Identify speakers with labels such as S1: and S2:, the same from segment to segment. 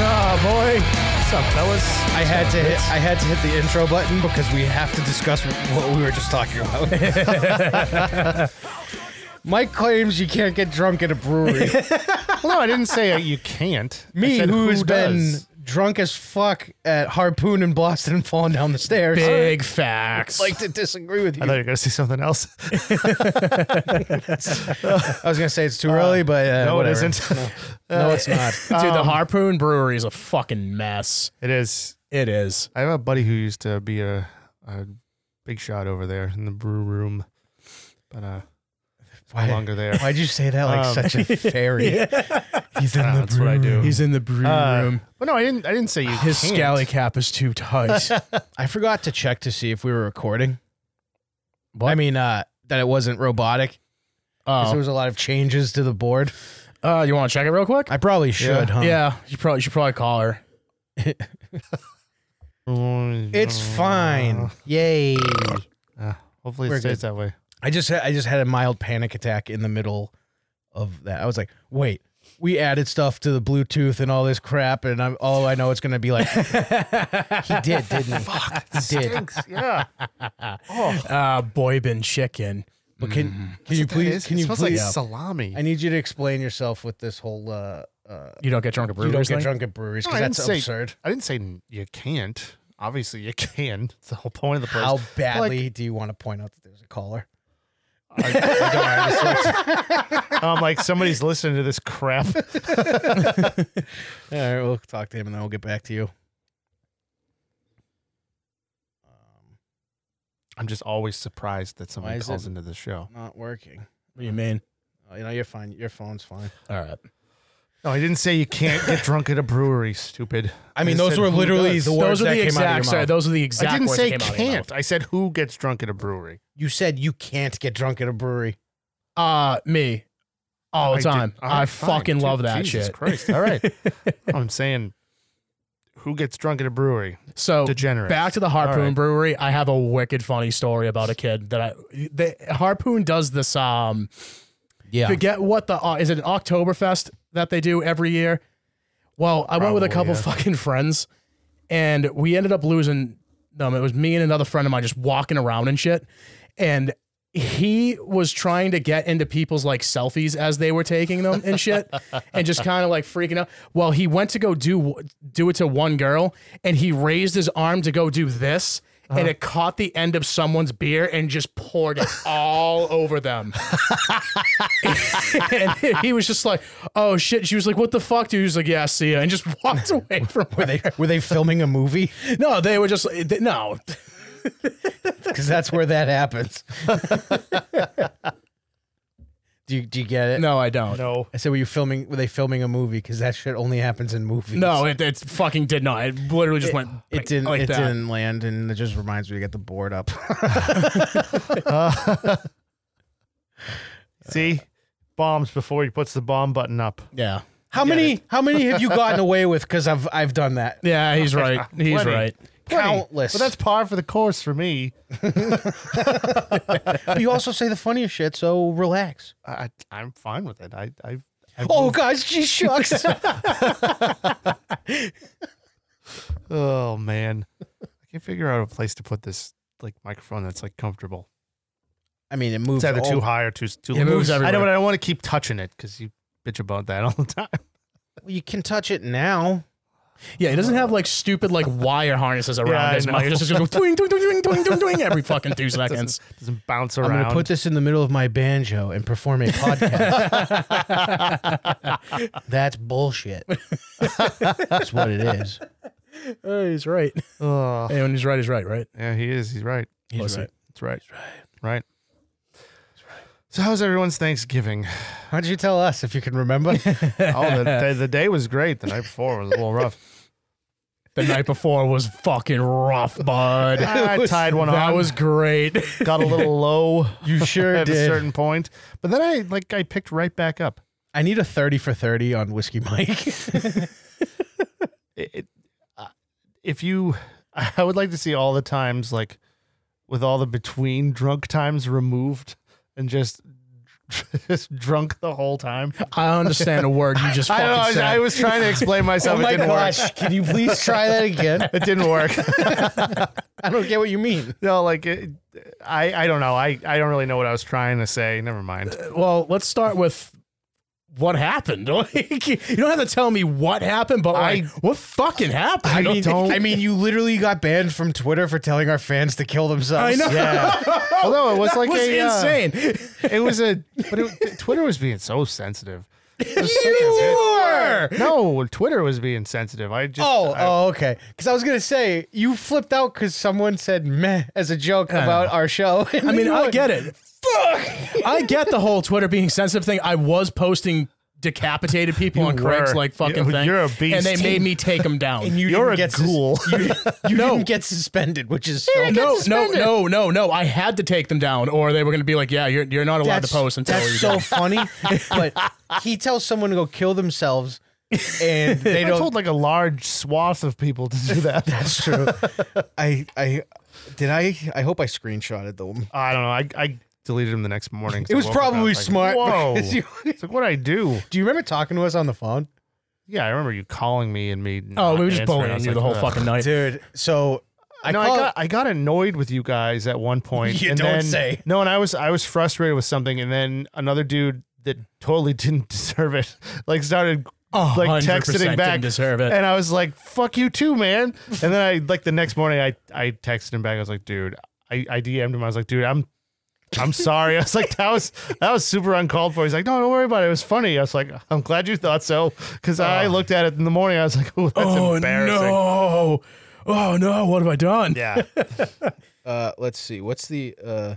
S1: Oh,
S2: What's up, fellas?
S3: I had to hit, I had to hit the intro button because we have to discuss what we were just talking about. Mike claims you can't get drunk at a brewery.
S2: Well, no, I didn't say
S4: uh,
S2: you can't. I
S3: Me,
S2: said,
S3: who has been
S2: does?
S3: drunk as fuck at Harpoon in Boston and falling down the stairs,
S2: big facts.
S3: I'd like to disagree with you.
S2: I thought you were gonna say something else.
S4: Uh,
S3: I was gonna say it's too early, but uh,
S2: no, it
S3: whatever.
S2: isn't.
S3: No, No, it's not.
S1: Dude, the Harpoon Brewery is a fucking mess.
S4: It is.
S1: It is.
S4: I have a buddy who used to be a, a big shot over there in the brew room, but uh, no
S3: Why,
S4: longer there.
S3: would you say that like
S4: Um,
S3: such a fairy?
S1: He's in
S4: Ah, that's what I do.
S1: He's in the brew
S4: Uh,
S1: room.
S4: But no, I didn't. I didn't say you.
S1: His
S4: can't.
S1: scally cap is too tight.
S3: I forgot to check to see if we were recording. I mean, uh, that it wasn't robotic. 'cause
S1: oh,
S3: There was a lot of changes to the board.
S1: uh, you want to check it real quick?
S3: I probably should, huh?
S1: Yeah, you probably you should probably call her.
S4: Oh,
S3: It's fine. Yay.
S4: Uh, hopefully, it
S3: We're
S4: stays
S3: good.
S4: that way.
S3: I just I just had a mild panic attack in the middle of that. I was like, wait, we added stuff to the Bluetooth and all this crap, and I'm all I know it's gonna be like he did, didn't he? Fuck, he did.
S4: yeah.
S1: Uh, Boybin chicken.
S3: But can can you please can
S4: it
S3: you
S4: smells
S3: please?
S4: like salami?
S3: I need you to explain yourself with this whole uh, uh
S1: You don't get drunk at
S3: you don't
S1: breweries.
S3: get
S1: thing?
S3: drunk at breweries
S4: No,
S3: because
S4: I didn't
S3: that's
S4: say-
S3: absurd.
S4: I didn't say n- you can't. Obviously, you can. It's the whole point of the place.
S3: How badly do you want to point out that there's a caller?
S4: I- I don't know. I'm like somebody's listening to this crap.
S3: All right, we'll talk to him and then we'll get back to you. Um,
S4: I'm just always surprised that somebody
S3: is
S4: calls
S3: it-
S4: into the show.
S3: not working.
S1: What do you mean?
S3: Oh, you know, you're fine. Your phone's fine.
S1: All right.
S4: No, Oh, I didn't say you can't get drunk at a brewery. Stupid.
S3: I mean,
S4: just
S3: those
S4: said
S3: were
S4: who
S3: literally
S4: does.
S3: the words
S1: those are
S3: that
S1: the
S3: came out
S1: exact.
S3: of your
S1: Sorry,
S3: mouth.
S1: those are the exact.
S4: I didn't
S1: words
S4: say
S1: that came Out of your mouth.
S4: can't. I said who gets drunk at a brewery.
S3: You said you can't get drunk at a brewery.
S1: Uh, me, all
S4: I
S1: the
S4: did-
S1: time.
S4: all
S1: I
S4: right, fine,
S1: fucking
S4: dude.
S1: love that
S4: Jesus
S1: shit.
S4: Christ. All right. I'm saying who gets drunk at a brewery?
S3: Oh,
S1: So
S4: Degenerate.
S1: Back to the Harpoon
S4: All right.
S1: Brewery. I have a wicked funny story about a kid that I the Harpoon does this um
S3: Yeah.
S1: forget what the uh, is it an Oktoberfest that they do every year? Well, I went with a
S4: Probably,
S1: couple fucking friends and we ended up losing them. It was me and another friend of mine just walking around and shit. And he was trying to get into people's like selfies as they were taking them and shit and just kind of like freaking out. Well, he went to go do do it to one girl and he raised his arm to go do this and it caught the end of someone's beer and just poured it all over them. and he was just like, "Oh shit." She was like, "What the fuck?" dude?" He was like, "Yeah, see ya," and just walked away from
S3: Were
S1: where
S3: they were they filming a movie?
S1: no, they were just they, no.
S3: Because that's where that happens. do you do you get it?
S1: No, I don't. No,
S3: I said, were you filming? Were they filming a movie? Because that shit only happens in movies.
S1: it, it fucking did not. It literally just went.
S3: it
S1: like-
S3: didn't.
S1: Like
S3: it
S1: that.
S3: didn't land, and it just reminds me to get the board up.
S4: See? Bombs before he puts the bomb button up.
S1: Yeah.
S3: How many? How many have you gotten away with? Because I've I've done that.
S1: Yeah, he's right. He's
S4: Plenty.
S1: right.
S3: Countless.
S4: But that's par for the course for me.
S3: But you also say the funniest shit, so relax.
S4: I, I I'm fine with it. I I I
S3: Oh gosh, she shucks.
S4: Oh man. I can figure out a place to put this like microphone that's like comfortable.
S3: I mean, it moves.
S4: It's either
S3: all-
S4: too high or too too
S1: It moves
S4: I know,
S1: everywhere.
S4: but I don't want to keep touching it because you bitch about that all the time.
S3: Well, you can touch it now.
S1: Yeah, he doesn't have like stupid like wire harnesses around
S4: Yeah, I
S1: his
S4: know.
S1: mic. It's just gonna go twing twing twing twing twing twing every fucking two seconds.
S4: Doesn't bounce
S3: I'm
S4: around.
S3: going to put this in the middle of my banjo and perform a podcast. That's bullshit. That's what it is.
S1: Oh, he's right.
S4: Ugh.
S1: Hey, when he's right, he's right. Right.
S4: Yeah, he is. He's right.
S1: He's
S3: Pussy.
S1: right.
S4: That's right. He's right. Right. So how's everyone's Thanksgiving?
S3: Why don't you tell us if you can remember?
S4: Oh, the, the, the day was great. The night before was a little rough.
S1: The night before was fucking rough, bud.
S4: I tied one
S1: that
S4: on.
S1: was great.
S4: got a little low
S3: you sure
S4: at a
S3: did.
S4: certain point, but then I like I picked right back up.
S3: I need a 30 for 30 on Whiskey Mike.
S4: It, it, uh, if you, I would like to see all the times like with all the between drunk times removed and just
S2: just drunk the whole time.
S1: I don't understand a word you just
S4: I
S1: fucking
S4: don't know. I was,
S1: said.
S4: I was trying to explain myself.
S3: Oh my
S4: it didn't work.
S3: gosh! Can you please try that again?
S4: It didn't work.
S3: I don't get what you mean.
S4: no, like it, I, I don't know. I, I don't really know what I was trying to say. Never mind.
S1: well, let's start with what happened. Like, you don't have to tell me what happened, but like,
S4: I-
S1: what fucking happened?
S4: I don't.
S3: I mean, you literally got banned from Twitter for telling our fans to kill themselves.
S1: I know.
S4: Although it was
S1: That
S4: like
S1: was
S4: a, uh,
S1: insane.
S4: it was a. But it, Twitter was being so sensitive. It was such a bit-
S3: Sure.
S4: no, Twitter was being sensitive. I just.
S3: Oh,
S4: I-
S3: oh, okay. Because I was gonna say you flipped out because someone said "meh" as a joke about our show.
S1: I mean, I get it. Fuck. I get the whole Twitter being sensitive thing. I was posting decapitated people on Craig's
S4: were.
S1: like fucking
S4: You-
S1: thing.
S4: you're a
S1: And they
S4: beast.
S1: made me take them down.
S3: And you didn't
S4: You're a
S3: get sus-
S4: ghoul.
S3: you you
S1: No.
S3: didn't get suspended, which is so
S1: no, no, no, no, no. I had to take them down, or they were going to be like, "Yeah, you're you're not allowed to post until
S3: that's
S1: you."
S3: so funny. But he tells someone to go kill themselves, and they
S4: I
S3: don't.
S4: told like a large swath of people to do that.
S3: that's true. I I did I I hope I screenshotted them.
S4: I don't know. I, I deleted them the next morning. 'cause
S3: It
S4: I
S3: was
S4: woke up and I
S3: probably
S4: like,
S3: smart.
S4: Whoa!
S3: because you-
S4: it's like what I do.
S3: do you remember talking to us on the phone?
S4: Yeah, I remember you calling me and me.
S1: oh,
S4: not
S1: we were just
S4: answering. I
S1: bullying
S4: was
S1: you
S4: like,
S1: the whole
S4: "Ugh."
S1: fucking night.
S3: dude. So I
S4: no,
S3: call,
S4: I got I got annoyed with you guys at one point.
S3: You
S4: and
S3: don't
S4: then-
S3: say.
S4: No, and I was I was frustrated with something, and then another dude that totally didn't deserve it, like started
S1: 100%
S4: like texting back,
S1: didn't deserve it.
S4: and I was like, "Fuck you too, man." And then I like the next morning, I I texted him back. I was like, "Dude," I, I DM'd him. I was like, "Dude, I'm." I'm sorry. I was like, that was that was super uncalled for. He's like, no, don't worry about it. It was funny. I was like, I'm glad you thought so, because I
S3: Oh.
S4: looked at it in the morning. I was like, oh, that's
S1: oh
S4: embarrassing.
S1: no! Oh no! What have I done?
S4: Yeah,
S3: uh, let's see. What's the? Uh,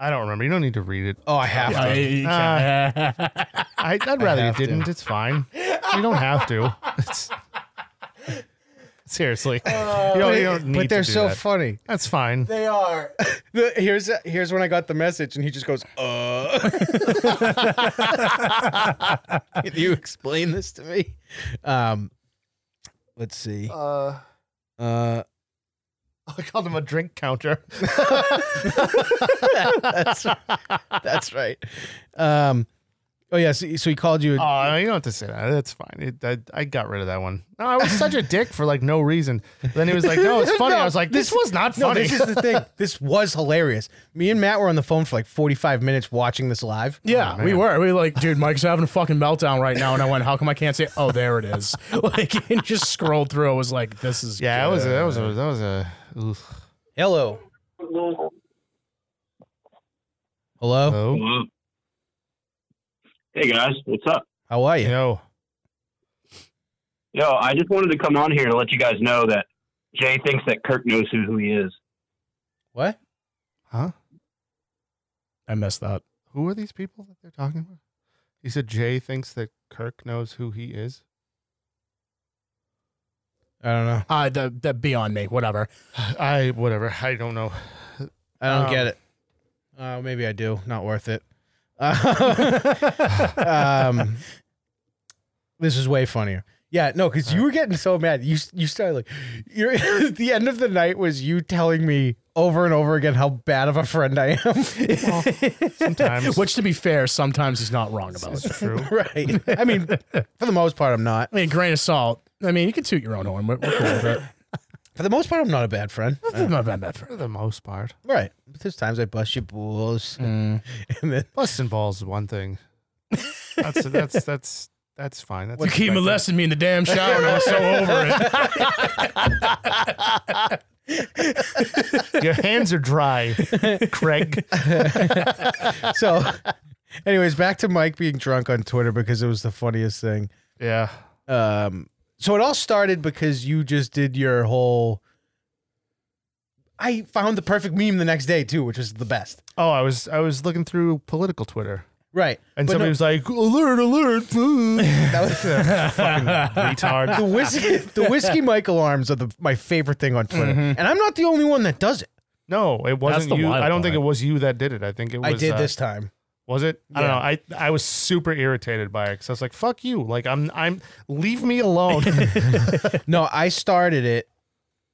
S4: I don't remember. You don't need to read it.
S3: oh, I have
S1: I-
S3: to.
S1: you can't-
S4: I, I'd rather you
S3: have to.
S4: didn't. It's fine. You don't have to. It's, seriously, you, don't, you don't need
S3: Oh, but they're
S4: to do
S3: so
S4: that.
S3: funny.
S4: That's fine.
S3: They are. the, here's here's when I got the message, and he just goes, "Uh." Can you explain this to me? Um, let's see.
S4: Uh,
S3: Uh,
S4: I called him a drink counter.
S3: that's that's right. Um, oh yeah. So, so he called you.
S4: Oh, no, you don't have to say that. That's fine. It, I, I got rid of that one. No, I was such a dick for like no reason. Then he was like, "No, it's funny." I was like, "This, was not
S3: No,
S4: funny."
S3: this is the thing. This was hilarious. Me and Matt were on the phone for like 45 minutes watching this live.
S1: Yeah, we were. We were like, dude, Mike's having a fucking meltdown right now, and I went, how come I can't say? Oh, there it is. Like, and just scrolled through. I was like, this is
S4: yeah, that was a,
S1: good.
S4: that was a, that was a. oof.
S3: Hello. Hello.
S4: Hello?
S5: Hello. Hey guys, what's up?
S3: How are you?
S4: Yo,
S5: Yo, I just wanted to come on here to let you guys know that Jay thinks that Kirk knows who, who he is.
S3: What?
S4: huh?
S1: I missed that.
S4: Who are these people that they're talking about? He said Jay thinks that Kirk knows who he is.
S3: I don't know.
S1: Uh, that that be on me. Whatever.
S4: I whatever. I don't know.
S3: I don't
S4: Um,
S3: get it. Uh, maybe I do. Not worth it. um, this is way funnier. Yeah, no, because you were getting so mad. You you started like, you're, the end of the night was you telling me over and over again how bad of a friend I am.
S4: Sometimes
S1: Which, to be fair, sometimes he's not wrong about.
S4: is true.
S3: right. I mean, for the most part, I'm not.
S1: I mean, grain of salt. I mean, you can toot your own horn. We're, we're cool with it.
S3: For the most part, I'm not a bad friend.
S1: That's not bad, bad for
S4: For the most part,
S3: Right. But there's times I bust your balls. And then
S4: busting balls is one thing. That's that's that's that's fine. That's
S1: You keep
S4: expected.
S1: molesting me in the damn shower, and I'm so over it.
S4: Your hands are dry, Craig.
S3: so anyways, back to Mike being drunk on Twitter because it was the funniest thing.
S4: Yeah.
S3: Um so it all started because you just did your whole I found the perfect meme the next day too, which was the best.
S4: Oh, I was I was looking through political Twitter,
S3: Right.
S4: and
S3: But
S4: somebody
S3: no-
S4: was like, "Alert! Alert!" that
S3: was-
S4: fucking
S3: the
S4: retard.
S3: whiskey the whiskey Mike alarms are the my favorite thing on Twitter.
S4: Mm-hmm.
S3: And I'm not the only one that does it.
S4: No, it wasn't
S1: the
S4: you.
S1: wild
S4: I don't think it
S1: part.
S4: was you that did it. I think it was
S3: I did
S4: uh,
S3: this time.
S4: Was it? I don't know. I I was super irritated by it because I was like, "Fuck you!" Like I'm I'm leave me alone.
S3: No, I started it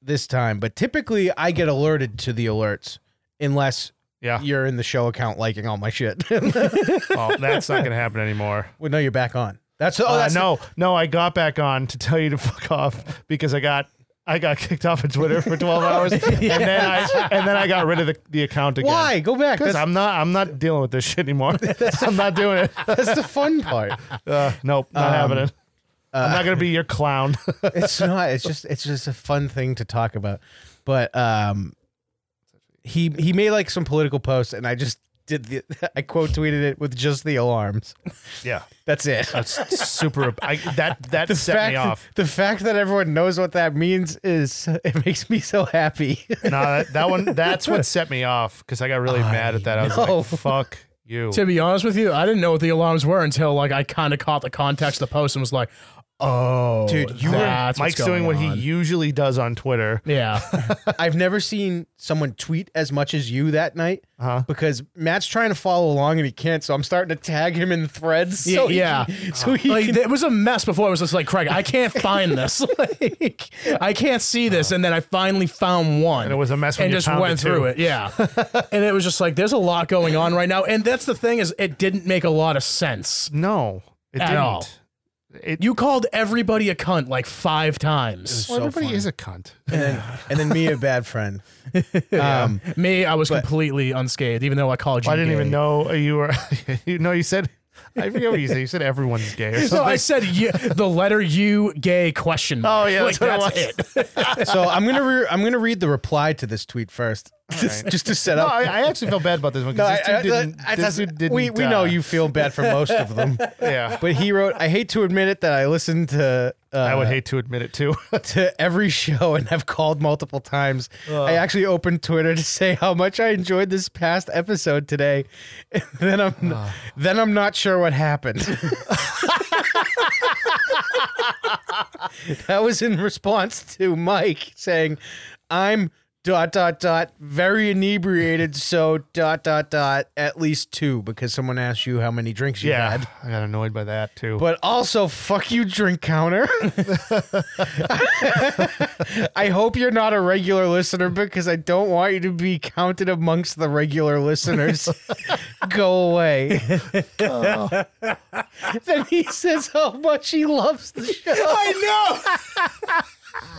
S3: this time, but typically I get alerted to the alerts unless
S4: Yeah.
S3: you're in the show account liking all my shit.
S4: Well, that's not gonna happen anymore.
S3: well, no, you're back on. That's oh,
S4: Uh,
S3: that's
S4: no, no. I got back on to tell you to fuck off because I got I got kicked off of Twitter for twelve hours, and then I and then I got rid of the, the account again.
S3: why go back.
S4: Because
S3: That's,
S4: I'm not I'm not dealing with this shit anymore. I'm not doing it.
S3: that's the fun part.
S4: Uh, nope, not
S3: Um,
S4: having it.
S1: uh,
S4: I'm not gonna be your clown.
S3: it's not it's just it's just a fun thing to talk about but um he he made like some political posts and i just did the i quote tweeted it with just the alarms
S4: yeah,
S3: that's it
S4: that's super. I, that that set
S3: fact,
S4: me off.
S3: the fact that everyone knows what that means is it makes me so happy
S4: No, that, that one. That's what set me off because I got really mad at that. I was
S3: know.
S4: like, fuck you.
S1: To be honest with you, I didn't know what the alarms were until like I kind of caught the context of the post and was like, "Oh,
S3: Dude,
S1: you
S3: you were-
S1: that's
S4: Mike's
S1: what's going
S4: doing what
S1: on.
S4: he usually does on Twitter.
S1: yeah,
S3: i've never seen someone tweet as much as you that night
S4: Uh-huh.
S3: because matt's trying to follow along and he can't so i'm starting to tag him in threads so he
S1: Yeah,
S3: can- so he
S1: like
S3: can
S1: it was a mess before. I was just like, Craig, I can't find this. like, I can't see this. And then I finally found one.
S4: And it was a mess when
S1: and
S4: you
S1: just
S4: found
S1: went
S4: it,
S1: through
S4: too.
S1: it. Yeah, and it was just like, there's a lot going on right now. And that's the thing is, it didn't make a lot of sense.
S4: No, it
S1: At
S4: didn't.
S1: all.
S4: It,
S1: You called everybody a cunt like five times.
S4: well, everybody is a cunt.
S3: and then, and then me a bad friend um
S1: Me, I was completely unscathed, even though I called you.
S4: I didn't
S1: gay.
S4: even know you were. you know, you said. I forget what you said. You said everyone's gay or
S1: No,
S4: something.
S1: I said you, the letter U, gay question. mark.
S4: Oh, yeah,
S1: like,
S4: that's what it
S1: that's
S4: was.
S1: it.
S3: So I'm gonna re- I'm gonna read the reply to this tweet first, just, just to set
S4: no,
S3: up.
S4: I, I actually feel bad about this one
S3: No,
S4: because this,
S3: I- I-
S4: dude didn't-
S3: I-
S4: this
S3: that's-
S4: dude didn't.
S3: we we know
S4: uh,
S3: you feel bad for most of them,
S4: Yeah,
S3: but he wrote, "I hate to admit it that I listen to uh,
S4: I would hate to admit it too.
S3: to every show and have called multiple times. I actually opened Twitter to say how much I enjoyed this past episode today, and then I'm then I'm not sure what happened." that was in response to Mike saying, "I'm dot dot dot very inebriated, so dot dot dot at least two because someone asked you how many drinks you
S4: yeah,
S3: had."
S4: I got annoyed by that too.
S3: But also, fuck you, drink counter. I hope you're not a regular listener because I don't want you to be counted amongst the regular listeners. Go away. then he says how much he loves the show.
S1: I know.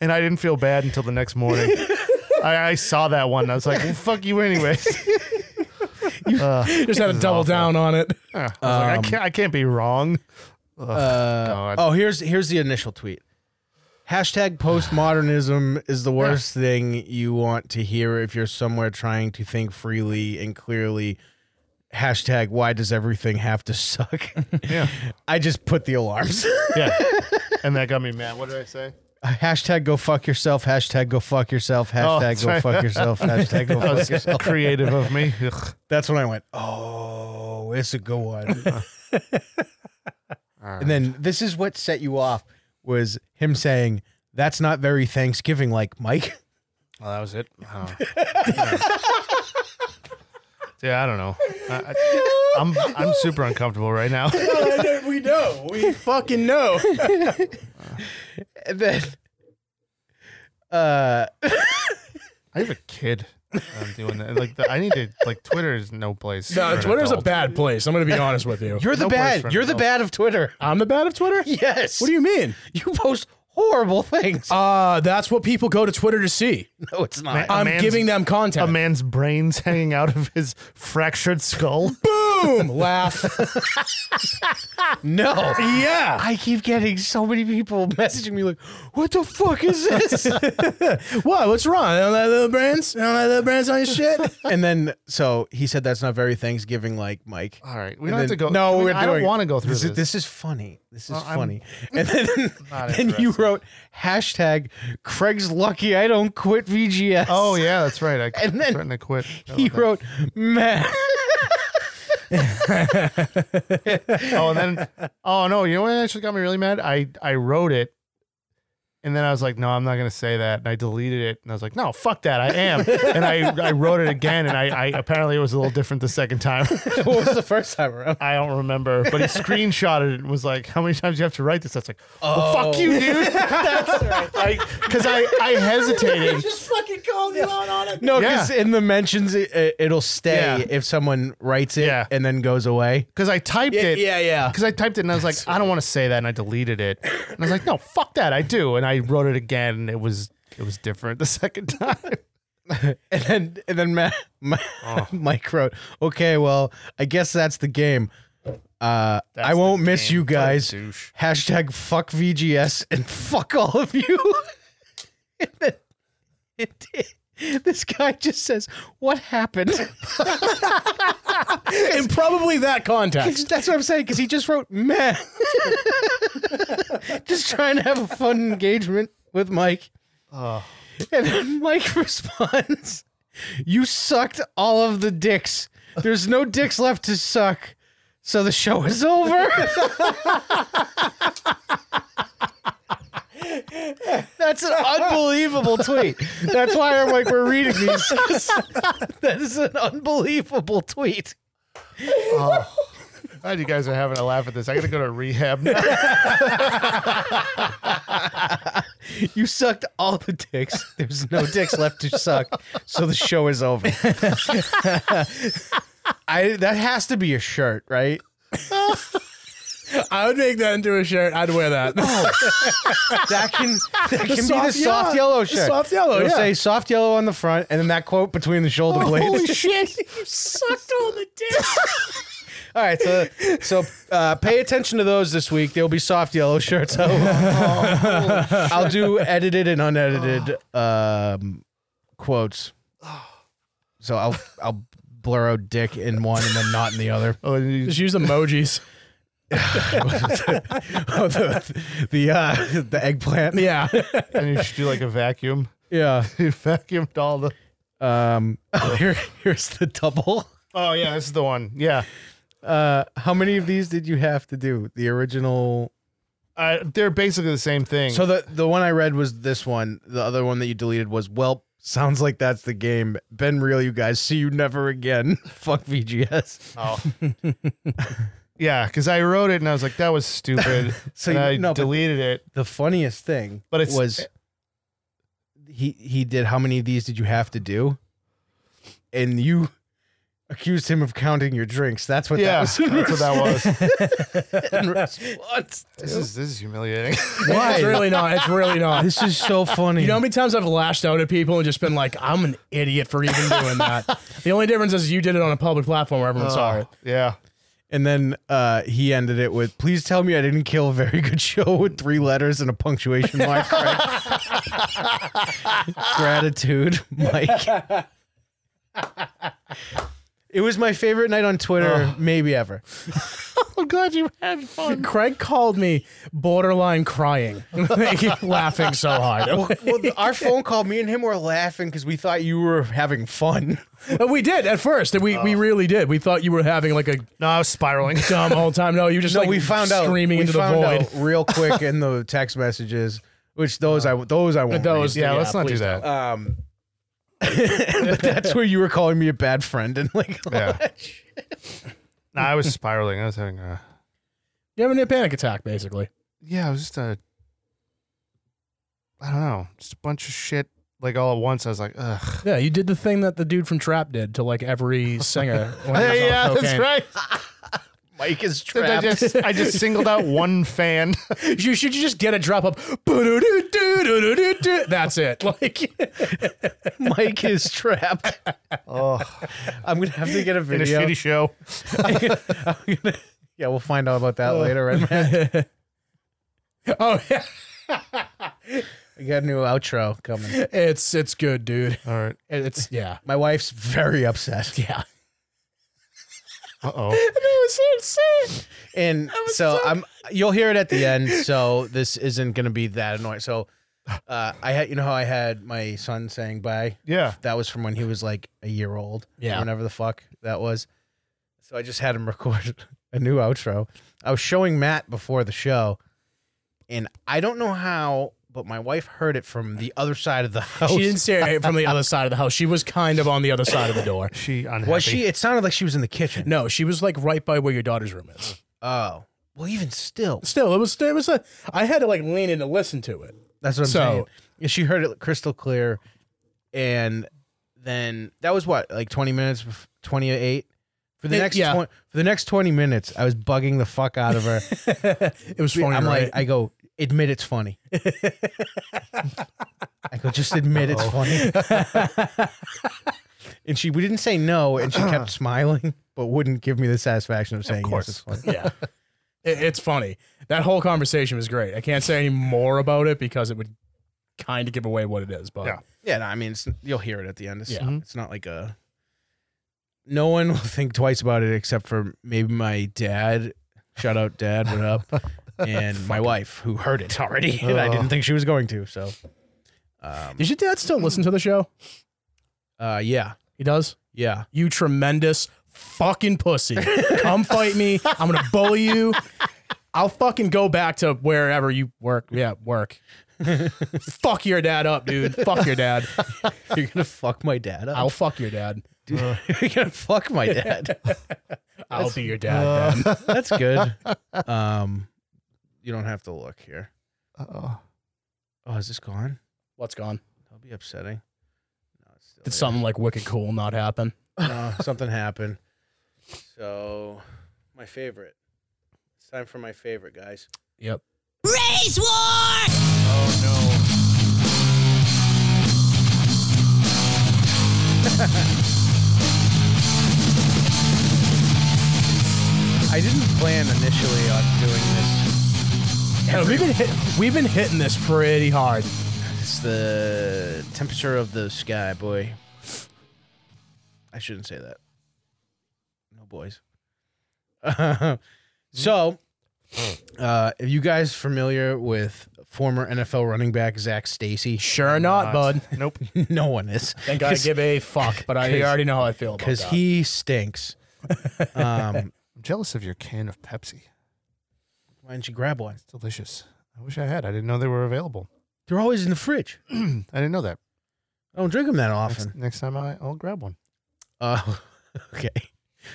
S4: and I didn't feel bad until the next morning. I, I saw that one. and I was like, well, "Fuck you, anyways."
S1: Just had to double down on it.
S4: I was like, I can't, I can't be wrong. Ugh, God.
S3: Oh, here's here's the initial tweet. Hashtag postmodernism is the worst thing you want to hear if you're somewhere trying to think freely and clearly. Hashtag why does everything have to suck?
S4: Yeah,
S3: I just put the alarms.
S4: yeah. and that got me mad. What did I say?
S3: hashtag go fuck yourself. Hashtag go fuck yourself. Hashtag
S4: that's
S3: go
S4: right.
S3: fuck yourself. Hashtag go
S4: That
S3: fuck
S4: Oh, was
S3: yourself.
S4: creative of me. Ugh.
S3: That's when I went, oh, it's a good one. and then this is what set you off was him saying, that's not very Thanksgiving like, Mike.
S4: Well, that was it. Oh. yeah, I don't know. I, I, I'm I'm super uncomfortable right now.
S1: we know. We fucking know.
S3: And then, uh,
S4: I have a kid. I'm doing that. Like the, I need to like Twitter is no place. for
S1: No,
S4: an
S1: Twitter's a
S4: adult.
S1: bad place. I'm going to be honest with you.
S3: you're the
S4: No place for
S3: bad.
S4: an
S3: You're the
S4: adult.
S3: bad of Twitter.
S1: I'm the bad of Twitter?
S3: Yes.
S1: What do you mean?
S3: you-, post horrible things.
S1: Uh, that's what people go to Twitter to see.
S3: no, it's not.
S4: A
S1: I'm
S4: man's-
S1: giving them
S4: A
S1: content.
S4: man's brains hanging out of his fractured skull.
S1: Boom! Laugh.
S3: no.
S1: yeah.
S3: I keep getting so many people messaging me like, "What the fuck is this?"
S1: What? What's wrong? You don't like little brands? You don't like little brands on your shit?
S3: and then, so he said that's not very Thanksgiving like, Mike.
S4: All right, we don't
S3: And
S4: have to
S3: then-
S4: go.
S3: No,
S4: we,
S3: we're
S4: I
S3: doing-
S4: don't want to go through
S3: This
S4: this.
S3: is, this is funny. This is
S4: Well, I'm
S3: funny. And then,
S4: not
S3: then you
S4: interested.
S3: wrote hashtag Craig's lucky I don't quit VGS.
S4: oh yeah, that's right. I
S3: And then
S4: threatened to quit.
S3: He wrote, man.
S4: oh, and then oh no, you know what actually got me really mad? I I wrote it, and then I was like, no, I'm not gonna say that, and I deleted it, and I was like, no, fuck that, I am, and I I wrote it again, and I, I apparently it was a little different the second time.
S3: what was the first time around?
S4: I don't remember, but he screenshotted it and was like, "How many times do you have to write this?" That's
S3: Oh.
S4: like, "Well, fuck you, dude." That's right. Because I, I hesitated.
S3: Just fucking go no, no, because in the mentions it, it- it'll stay
S4: Yeah.
S3: if someone writes it
S4: Yeah.
S3: and then goes away.
S4: because I typed it.
S3: yeah.
S4: Because I typed it and I was like, I don't want to say that, and I deleted it. And I was like, no, fuck that, I do. And I wrote it again, and it was it was different the second time.
S3: And then and then Ma- Ma- Mike wrote, "Okay, well, I guess that's the game. Uh, I won't miss you guys.
S4: douche.
S3: Hashtag fuck VGS and fuck all of you." and then it did. This guy just says, "What happened?"
S1: In probably that context.
S3: That's what I'm saying because he just wrote "meh," just trying to have a fun engagement with Mike.
S4: Oh.
S3: And then Mike responds, You sucked all of the dicks. There's no dicks left to suck. So the show is over. That's an unbelievable tweet. That's why I'm like, we're reading these. that is an unbelievable tweet.
S4: Glad you guys are having a laugh at this. I gotta go to rehab. Now.
S3: You sucked all the dicks. There's no dicks left to suck. So the show is over. I that has to be a shirt, right?
S1: I would make that into a shirt. I'd wear that.
S3: that can that can be the
S1: soft
S3: soft
S1: yellow-
S3: yellow
S1: the
S3: shirt.
S1: soft yellow,
S3: It'll
S1: yeah.
S3: say soft yellow Oh, on the front, and then that quote between the shoulder blades.
S1: shit! You sucked all the dick.
S3: All right, so so uh, pay attention to those this week. There'll be soft yellow shirts. out. I'll do edited and unedited um, quotes. So I'll I'll blur out dick in one and then not in the other.
S4: Oh, you-
S1: Just use emojis.
S3: Oh, the the, uh, the eggplant.
S1: Yeah.
S4: and you should do like a vacuum.
S3: Yeah.
S4: You vacuumed all the.
S3: Um, oh, here, here's the double.
S4: Oh yeah, this is the one. Yeah,
S3: Uh, how many of these did you have to do? The original.
S4: uh, they're basically the same thing.
S3: So the the one I read was this one. The other one that you deleted was well. Sounds like that's the game. Been real, you guys. See you never again. Fuck VGS.
S4: Oh. yeah, because I wrote it and I was like, that was stupid.
S3: So
S4: and
S3: you-
S4: I
S3: no, but-
S4: deleted it.
S3: The funniest thing,
S4: But it's- eh.
S3: was he he did. How many of these did you have to do? And you accused him of counting your drinks. That's what that
S4: yeah,
S3: was.
S4: that's what that was.
S3: What?
S4: this is this is humiliating.
S1: It's
S3: Why?
S1: really not. It's really not.
S3: This is so funny.
S1: You know how many times I've lashed out at people and just been like, I'm an idiot for even doing that. the only difference is you did it on a public platform where everyone saw it.
S4: Oh, yeah.
S3: And then uh, he ended it with, "Please tell me I didn't kill a very good show with three letters and a punctuation mark." Craig." Gratitude, Mike. it was my favorite night on Twitter, maybe ever.
S4: I'm glad you had fun.
S1: Craig called me borderline crying, laughing so hard.
S3: Well, our phone call, me and him were laughing because we thought you were having fun.
S1: And we did at first. And we, we really did. We thought you were having like a
S4: Oh. No, I was spiraling.
S1: dumb whole time. No, you just
S3: No,
S1: like
S3: we found out.
S1: screaming
S3: we
S1: into the
S3: found
S1: void.
S3: out real quick in the text messages, which those I those I won't. read.
S1: Those,
S4: yeah, let's not do
S1: please
S4: that.
S3: Um, but that's where you were calling me a bad friend and like all
S4: Yeah.
S3: that shit.
S4: no, I was spiraling. I was having a.
S1: You're having a panic attack, basically.
S4: Yeah, it was just a. I don't know, just a bunch of shit like all at once. I was like, ugh.
S1: Yeah, you did the thing that the dude from Trap did to like every singer. when he was on
S4: yeah, that's
S1: cocaine.
S4: right.
S3: Mike is
S4: I
S3: trapped.
S4: just I just singled out one fan.
S1: You should just get a drop up. That's it. Like
S3: Mike is trapped.
S4: oh,
S3: I'm gonna have to get a
S4: in a
S3: video.
S4: shitty show.
S3: I'm gonna- yeah, we'll find out about that later. Right, Matt?
S1: Oh yeah.
S3: I got a new outro coming.
S1: It's it's good, dude.
S4: All right.
S1: It's yeah.
S3: My wife's very upset.
S1: Yeah.
S4: Uh oh.
S3: And so I'm you'll hear it at the end, so this isn't gonna be that annoying. So uh, I had you know how I had my son saying bye?
S4: Yeah.
S3: That was from when he was like a year old.
S1: Yeah.
S3: Or whatever the fuck that was. So I just had him record a new outro. I was showing Matt before the show, and I don't know how, but my wife heard it from the other side of the house.
S1: She didn't stare at it from the other side of the house. She was kind of on the other side of the door.
S4: She unhappy.
S3: was she? It sounded like she was in the kitchen.
S1: No, she was like right by where your daughter's room is.
S3: Oh. Well, even still,
S1: Still, it was it was a I had to like lean in to listen to it.
S3: that's what I'm
S1: So-
S3: saying. Yeah, She heard it crystal clear. and then that was what like 20 minutes, bef- 20 to 8. For the
S1: It-
S3: next
S1: yeah.
S3: twen- for the next 20 minutes, I was bugging the fuck out of her.
S1: it was funny.
S3: I'm
S1: right?
S3: like, I go, admit it's funny. I go, just admit it's funny. and she, we didn't say no, and she kept smiling, but wouldn't give me the satisfaction of saying yes. It's funny.
S1: yeah. It, it's funny. That whole conversation was great. I can't say any more about it because it would kind of give away what it is. But
S4: Yeah.
S3: Yeah, no, I mean, it's, you'll hear it at the end. It's,
S1: Yeah.
S3: it's not like a. No one will think twice about it except for maybe my dad. Shout out, dad, what up? And my wife, who heard it already, and I didn't think she was going to. So, um,
S1: does your dad still listen to the show?
S3: uh, yeah,
S1: He does.
S3: yeah.
S1: You tremendous fucking pussy. Come fight me. I'm gonna bully you. I'll fucking go back to wherever you work. Yeah, work. fuck your dad up, dude. Fuck your dad.
S3: You're gonna fuck my dad up.
S1: I'll fuck your dad.
S3: You're gonna fuck my dad.
S1: I'll be your
S3: Uh.
S1: dad. Dad.
S3: That's good. Um, you don't have to look here.
S4: Uh-oh.
S3: Oh, is this gone?
S1: What's gone?
S3: That'll be upsetting. No, it's still
S1: Did
S3: here.
S1: something like wicked cool not happen?
S3: No, Uh, something happened. So, my favorite. It's time for my favorite, guys.
S1: Yep.
S6: Race War!
S3: I didn't plan initially on doing this.
S1: Yeah, we've been hit, we've been hitting this pretty hard.
S3: It's the temperature of the sky, boy. I shouldn't say that. No boys. so, uh, are you guys familiar with former NFL running back Zach Stacy?
S1: Sure not, bud.
S4: Nope.
S3: no one is.
S1: Think I give a fuck, but I
S3: 'Cause-
S1: already know how I feel about
S3: Because
S1: that.
S3: he stinks. Um,
S4: I'm jealous of your can of Pepsi.
S3: why didn't you grab one?
S4: It's delicious. I wish I had. I didn't know they were available.
S3: They're always in the fridge.
S4: I didn't know that.
S3: I don't drink them that often.
S4: Next, next time I, I'll grab one.
S3: Uh, okay.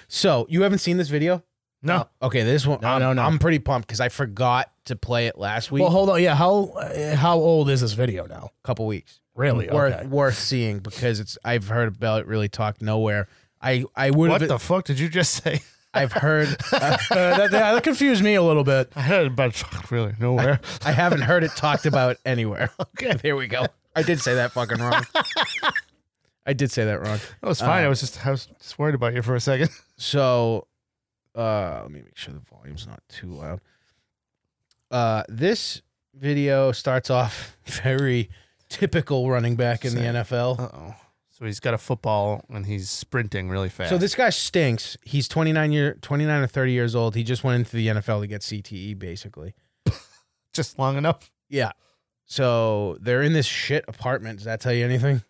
S3: So you haven't seen this video?
S4: No.
S3: Okay, this one.
S1: No,
S3: I'm,
S1: no, no.
S3: I'm pretty pumped because I forgot to play it last week.
S1: well, hold on. Yeah, how uh, how old is this video now?
S3: couple weeks.
S1: Really?
S3: Worth
S1: Okay.
S3: worth seeing because it's. I've heard about it. Really talked nowhere. I I would
S4: What
S3: have.
S4: the fuck did you just say?
S3: I've heard. uh,
S1: Uh, that, that, that confused me a little bit.
S4: I had about fuck, really nowhere.
S3: I haven't heard it talked about anywhere.
S4: okay.
S3: Here we go. I did say that fucking wrong. I did say that wrong.
S4: That was fine.
S3: Uh,
S4: I was just I was just worried about you for a second.
S3: So, uh, let me make sure the volume's not too loud. Uh, this video starts off very typical running back in the
S4: Same.
S3: NFL.
S4: Uh oh. So he's got a football and he's sprinting really fast.
S3: So this guy stinks. He's 29 year 29 or 30 years old. He just went into the NFL to get CTE basically.
S4: just long enough.
S3: Yeah. So they're in this shit apartment. Does that tell you anything?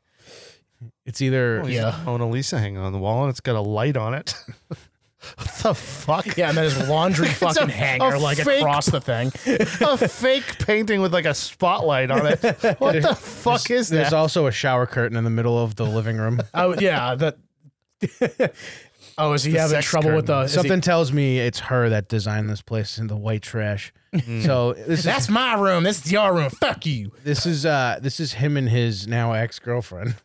S3: It's either
S4: Well, he's got Mona Lisa hanging on the wall and it's got a light on it. what the fuck?
S1: Yeah, and then his laundry
S4: a-
S1: fucking hanger
S4: a
S1: like
S4: fake-
S1: across the thing.
S4: a fake painting with like a spotlight on it. What the fuck is
S3: there's
S4: that?
S3: also a shower curtain in the middle of the living room.
S1: Oh yeah, that. oh, is he
S4: the
S1: having
S4: sex
S1: trouble with the
S4: curtain.
S1: is he-
S3: Something tells me it's her that designed this place in the white trash. So this is
S1: That's my room. This is your room. Fuck you.
S3: this is uh this is him and his now ex girlfriend.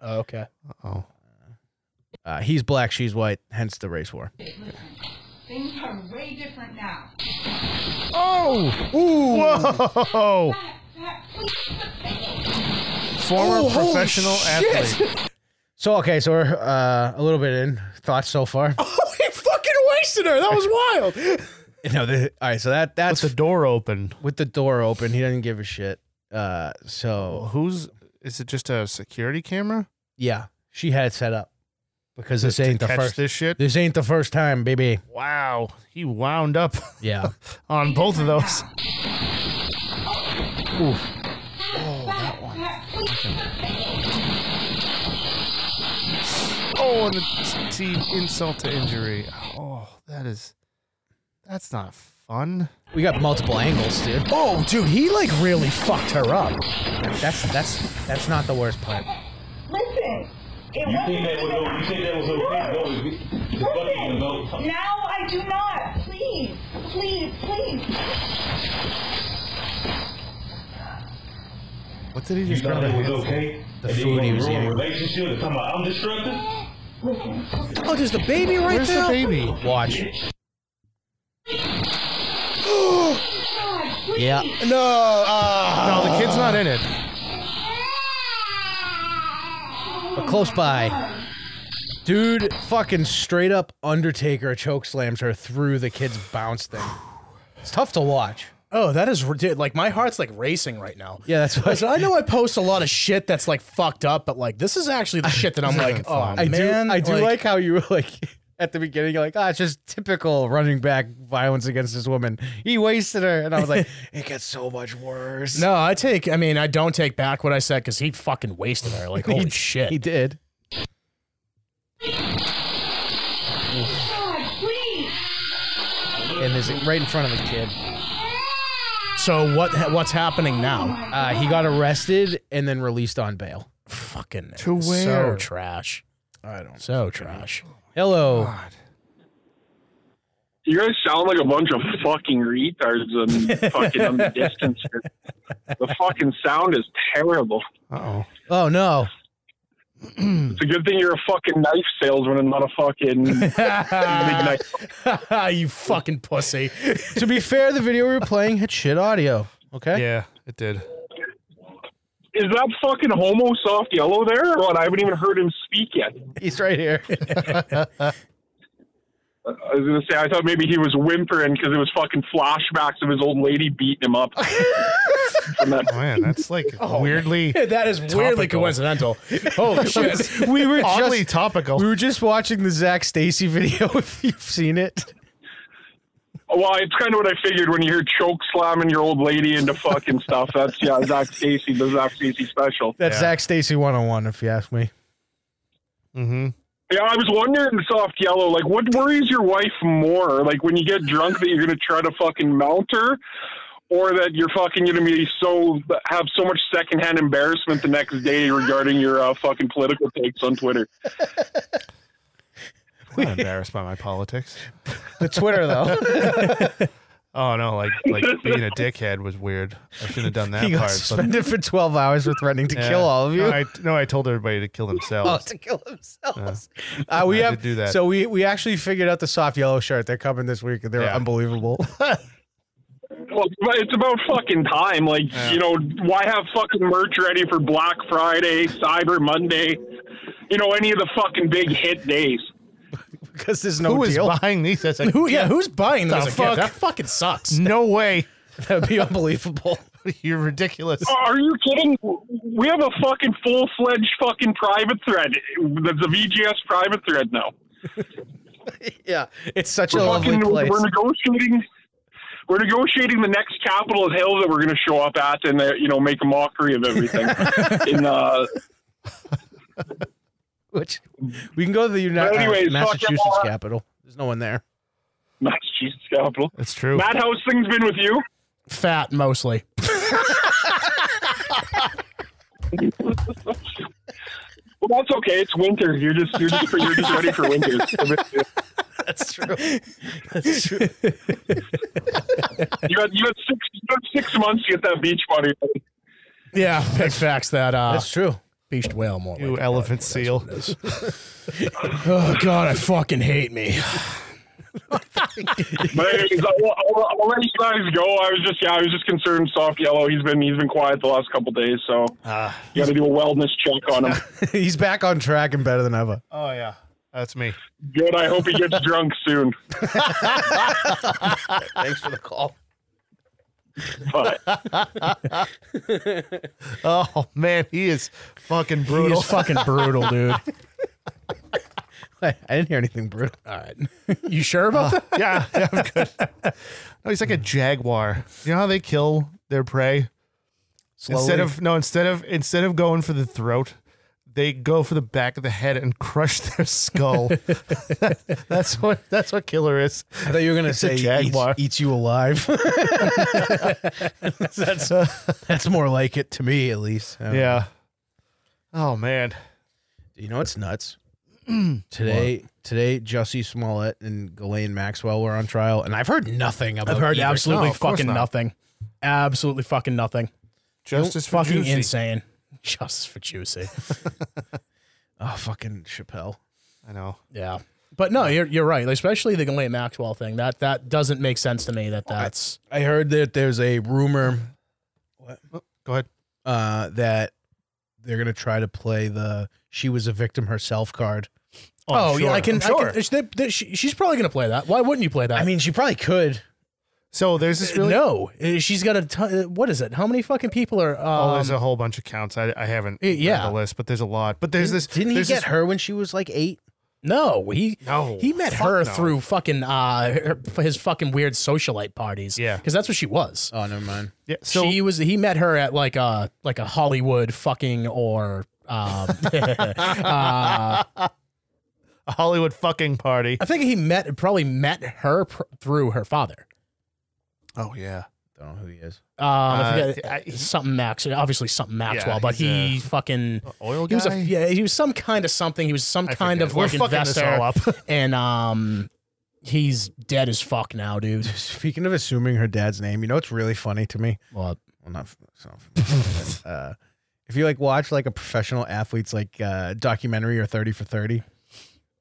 S1: Oh, okay.
S4: oh.
S3: Uh, he's black, she's white, hence the race war.
S7: Things are way different now.
S4: Oh! Whoa!
S1: Oh,
S4: Former professional athlete.
S3: So okay, so we're uh, a little bit in thoughts so far.
S1: Oh, he fucking wasted her. That was wild.
S3: No, the, all right. So that
S4: With
S3: that's
S4: the door open.
S3: with the door open. He doesn't give a shit. Uh, so
S4: Who's is it just a security camera?
S3: yeah, she had it set up because this
S4: To
S3: ain't the
S4: catch
S3: first.
S4: this shit.
S3: This ain't the first time, baby.
S4: Wow. He wound up
S3: Yeah.
S4: on both of those. Oh, and the t- t- insult to injury. Oh, that is that's not fun.
S3: We got multiple angles, dude.
S1: oh, dude, he like really fucked her up.
S3: That's that's that's not the worst part.
S7: Listen. It
S8: You
S7: wasn't
S8: think that was okay? You think that was okay? No, it- it- the fucking no.
S7: Listen. Now I do not. Please. Please. Please.
S4: What did he
S8: You
S4: just
S8: thought
S4: grab? a
S8: it was
S4: hand-
S8: okay?
S3: The
S8: and then
S3: food he
S8: you
S3: was
S8: ruin
S3: eating.
S8: relationship and talking about I'm destructive.
S7: Listen.
S3: Oh, there's the baby right
S4: Where's the
S3: there.
S4: baby?
S3: Watch.
S7: God, please.
S9: Yeah.
S3: No. Uh,
S4: No, the kid's not in it.
S7: Oh,
S9: But close by.
S3: dude, fucking straight up Undertaker choke slams her through the kid's bounce thing. It's tough to watch.
S1: Oh, that is ridiculous. Like my heart's like racing right now.
S3: Yeah, that's why
S1: Listen, I know I post a lot of shit that's like fucked up, but like this is actually the shit that I'm like, oh
S3: I
S1: man,
S3: do. I do like, how you were like at the beginning. You're like, ah, it's just typical running back violence against this woman. He wasted her, and I was like, it gets so much worse.
S1: No, I take. I mean, I don't take back what I said because he fucking wasted her. Like holy shit.
S3: he did.
S7: God, please.
S3: And is right in front of the kid.
S1: So what? ha- What's happening now?
S3: Uh, he got arrested and then released on bail.
S1: Fucking
S4: To
S1: so
S4: where?
S1: trash.
S3: I don't.
S1: So trash.
S3: Hello.
S10: You guys sound like a bunch of fucking retards and fucking on the distance. here. The fucking sound is terrible.
S4: Uh oh.
S3: Oh no.
S10: It's a good thing you're a fucking knife salesman and not a fucking midnight.
S1: you fucking pussy.
S3: to be fair, the video we were playing had shit audio. Okay.
S4: Yeah, it did.
S10: Is that fucking homo soft yellow there or what? I haven't even heard him speak yet.
S3: He's right here.
S10: I was gonna say I thought maybe he was whimpering because it was fucking flashbacks of his old lady beating him up. From that-
S4: Oh, Man, that's like weirdly,
S1: that is weirdly coincidental. Oh shit.
S3: we were
S4: oddly
S3: just
S4: topical.
S3: we were just watching the Zach Stacy video. If you've seen it.
S10: well, it's kind of what I figured when you hear choke slamming your old lady into fucking stuff. That's yeah, Zach Stacy, the Zach Stacy special.
S3: That's
S4: Yeah.
S3: Zach Stacy 101, if you ask me.
S4: Mm-hmm.
S10: Yeah, I was wondering, soft yellow, like what worries your wife more? Like when you get drunk that you're gonna try to fucking mount her, or that you're fucking gonna be so have so much secondhand embarrassment the next day regarding your uh, fucking political takes on Twitter.
S4: I'm not embarrassed by my politics.
S3: The Twitter, though.
S4: Oh no, like like being a dickhead was weird. I shouldn't have done that
S3: he got
S4: part. but-
S3: suspended for 12 hours for threatening to
S4: Yeah.
S3: kill all of you.
S4: No I, no, I told everybody to kill
S3: Oh,
S4: themselves.
S3: to kill themselves. Uh, we
S4: I
S3: have
S4: did do that.
S3: so we we actually figured out the soft yellow shirt. They're coming this week. and They're
S4: Yeah.
S3: unbelievable.
S10: Well, but it's about fucking time. Like you know, why have fucking merch ready for Black Friday, Cyber Monday, you know, any of the fucking big hit days?
S3: because there's
S4: Who
S3: no
S4: was
S3: deal.
S4: buying these? That's like,
S1: Who? Yeah. Who's buying those?
S4: The
S1: as a gift?
S4: fuck?
S1: That fucking sucks.
S4: no way.
S3: That'd be unbelievable.
S4: You're ridiculous.
S10: Are you kidding? We have a fucking full fledged fucking private thread. That's a VGS private thread now.
S3: yeah, it's such
S10: We're
S3: a lovely
S10: fucking
S3: place.
S10: we're negotiating. We're negotiating the next Capitol Hill that we're going to show up at, and uh, you know make a mockery of everything. in uh,
S3: Which we can go to the
S10: But
S1: uh,
S3: United
S10: anyways, fuck
S3: Massachusetts
S10: y'all.
S3: capital. There's no one there.
S10: Massachusetts Capitol.
S4: That's true.
S10: Matt, how's things been with you?
S1: Fat mostly.
S10: Well, that's okay. It's winter. You're just you're just you're just ready for winter.
S3: That's true. That's true.
S10: You got you got six you got six months to get that beach body.
S1: Yeah. Big facts that uh,
S3: That's true.
S1: beached whale more.
S4: You
S1: like-
S4: elephant seal.
S1: Oh god, I fucking hate me.
S10: But anyways, I'll, I'll, I'll let you guys go. I was just yeah, I was just concerned. Soft yellow. He's been he's been quiet the last couple days, so
S3: Ah.
S10: you got to do a wellness check on him.
S3: He's back on track and better than ever.
S4: Oh yeah, that's me.
S10: Good. I hope he gets drunk soon.
S3: Thanks for the call.
S10: But
S4: Oh man, he is fucking
S1: He
S4: brutal.
S1: is fucking brutal, dude.
S3: I didn't hear anything brutal.
S1: All right. You sure about that?
S4: yeah, yeah, I'm good. No, he's like a jaguar. You know how they kill their prey? Instead of no, instead of instead of going for the throat, they go for the back of the head and crush their skull. that's what that's what killer is.
S3: I thought you were gonna
S4: a
S3: say eats,
S4: jaguar.
S3: eats you alive. that's that's more like it to me, at least. Um,
S4: Yeah. Oh man.
S3: You know, it's nuts. today, today, Jussie Smollett and Ghislaine Maxwell were on trial, and I've heard nothing about.
S1: I've heard
S3: either.
S1: absolutely
S4: No, of course
S1: fucking
S4: not.
S1: nothing. Absolutely fucking nothing.
S4: Justice for
S1: fucking
S4: Juicy.
S1: insane. Justice for Juicy.
S3: Oh, fucking Chappelle.
S4: I know.
S1: Yeah. But no, you're you're right. Especially the Ghislaine Maxwell thing. That that doesn't make sense to me. That that's
S3: I heard that there's a rumor
S4: Go ahead.
S3: uh, that they're gonna try to play the "she was a victim herself" card.
S1: oh,
S4: sure.
S1: yeah. I can.
S4: I'm sure.
S1: I can they, they, she, she's probably gonna play that. Why wouldn't you play that?
S3: I mean, she probably could.
S4: so there's this really.
S1: no. Uh, She's got a ton. What is it? How many fucking people are? Um,
S4: Oh, there's a whole bunch of counts. I, I haven't
S1: Eh, yeah.
S4: read the list, but there's a lot. But there's this.
S3: Didn't he
S4: there's
S3: get
S4: this-
S3: her when she was like eight?
S1: no, he
S4: No.
S1: he met
S4: Oh, Fuck
S1: her
S4: no.
S1: through fucking uh her, his fucking weird socialite parties.
S4: Yeah.
S1: because that's what she was.
S3: Oh, never mind.
S4: Yeah. So
S1: she was he met her at like a like a Hollywood fucking or um, uh,
S4: a Hollywood fucking party.
S1: I think he met probably met her pr- through her father.
S4: Oh yeah.
S3: Don't know who he is.
S1: Um, I
S4: Uh,
S1: forget-
S4: I- he-
S1: something Max, obviously something Maxwell,
S4: Yeah,
S1: but
S4: he's
S1: he fucking
S4: Oil
S1: he
S4: guy.
S1: was a yeah he was some kind of something. He was some
S4: I
S1: kind
S4: forget.
S1: of
S4: We're
S1: like
S4: fucking this all
S1: investor,
S4: up.
S1: and um, he's dead as fuck now, dude.
S3: Speaking of assuming her dad's name, you know what's really funny to me?
S1: Well,
S3: Well, not it's not funny, but, uh, if you like watch like a professional athlete's like uh, documentary or thirty for thirty,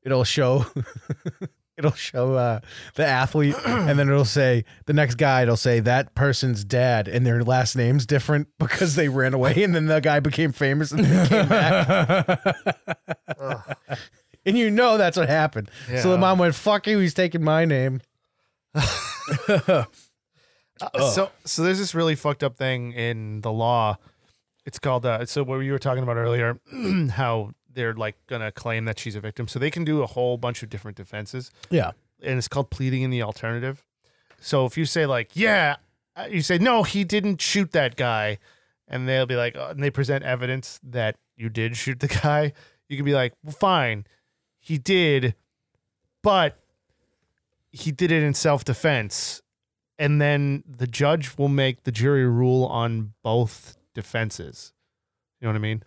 S3: it'll show. It'll show uh, the athlete, and then it'll say the next guy. It'll say that person's dad, and their last name's different because they ran away, and then the guy became famous and then came back. and you know that's what happened. So
S4: Yeah.
S3: the mom went, "Fuck you, he's taking my name."
S4: Uh, So so there's this really fucked up thing in the law. It's called uh, so what you were talking about earlier, how they're like gonna claim that she's a victim. So they can do a whole bunch of different defenses.
S1: Yeah.
S4: And it's called pleading in the alternative. So if you say like, yeah, uh, you say no, he didn't shoot that guy, and they'll be like, uh, and they present evidence that you did shoot the guy. You can be like, well, fine, he did, but he did it in self defense. And then the judge will make the jury rule on both defenses. You know what I mean?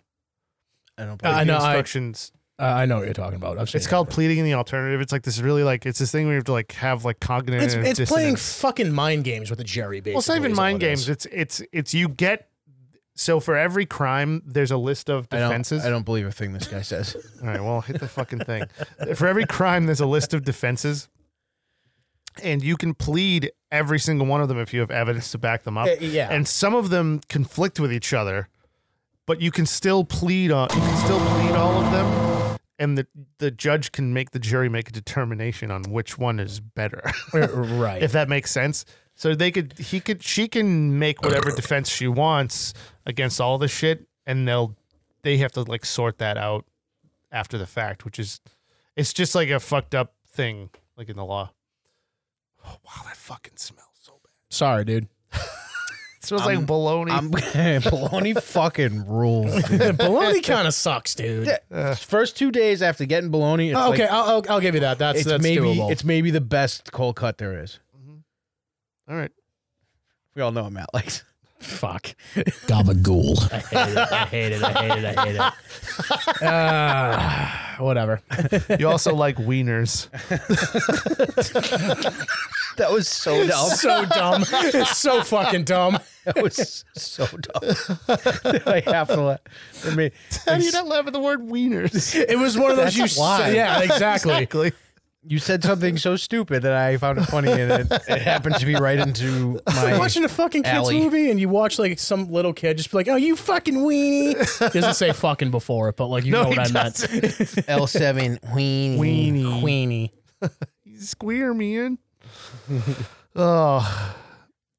S3: I don't.
S1: Uh, I
S4: The
S1: know, I-
S4: Instructions.
S1: uh, I know what you're talking about. I've seen
S4: it's
S1: it.
S4: called pleading in the alternative. It's like this really like it's this thing where you have to like have like cognitive.
S1: It's, it's playing
S4: dissonance.
S1: fucking mind games with the Jerry. Basically,
S4: well, it's not even
S1: is all
S4: mind
S1: it is.
S4: games. It's it's it's you get. So for every crime, there's a list of
S3: I don't-
S4: defenses.
S3: I don't believe a thing this guy says.
S4: All right, well, hit the fucking thing. For every crime, there's a list of defenses, and you can plead every single one of them if you have evidence to back them up.
S1: Uh, yeah.
S4: and some of them conflict with each other, but you can still plead on. You can still plead all of them, and the the judge can make the jury make a determination on which one is better,
S1: right.
S4: if that makes sense. So they could, he could, she can make whatever defense she wants against all this shit, and they'll they have to like sort that out after the fact, which is it's just like a fucked up thing, like in the law. Oh, wow, that fucking smells so bad.
S1: Sorry, dude.
S4: It smells like bologna.
S3: I'm baloney fucking rules. dude.
S1: Bologna kind of sucks, dude.
S3: Yeah. First two days after getting bologna, it's
S1: Oh, Uh, okay,
S3: like,
S1: I'll, I'll I'll give you that. That's
S3: it's
S1: that's
S3: maybe
S1: doable.
S3: it's maybe the best cold cut there is.
S4: all right.
S3: We all know him, Matt likes.
S1: fuck.
S3: Gabagool.
S1: I hate it. I hate it. I hate it. I hate it. Uh, whatever.
S4: You also like wieners.
S3: That was so dumb.
S1: so dumb. It's so fucking dumb.
S3: That was so dumb. I have to laugh. I mean,
S4: How do you not laugh at the word wieners?
S1: It was one of those
S3: That's
S1: you.
S3: a
S1: s-
S3: lie.
S1: Yeah, exactly.
S4: Exactly.
S3: you said something so stupid that I found it funny, and it, it happened to be right into
S1: You're
S3: my.
S1: watching a fucking kids
S3: Alley.
S1: movie and you watch like some little kid just be like, "Oh, you fucking weenie." He doesn't say fucking before it, but like you
S4: No,
S1: know
S4: he
S1: what I meant.
S3: L seven weenie.
S4: Weenie.
S1: Weenie.
S4: Squeer, man. oh,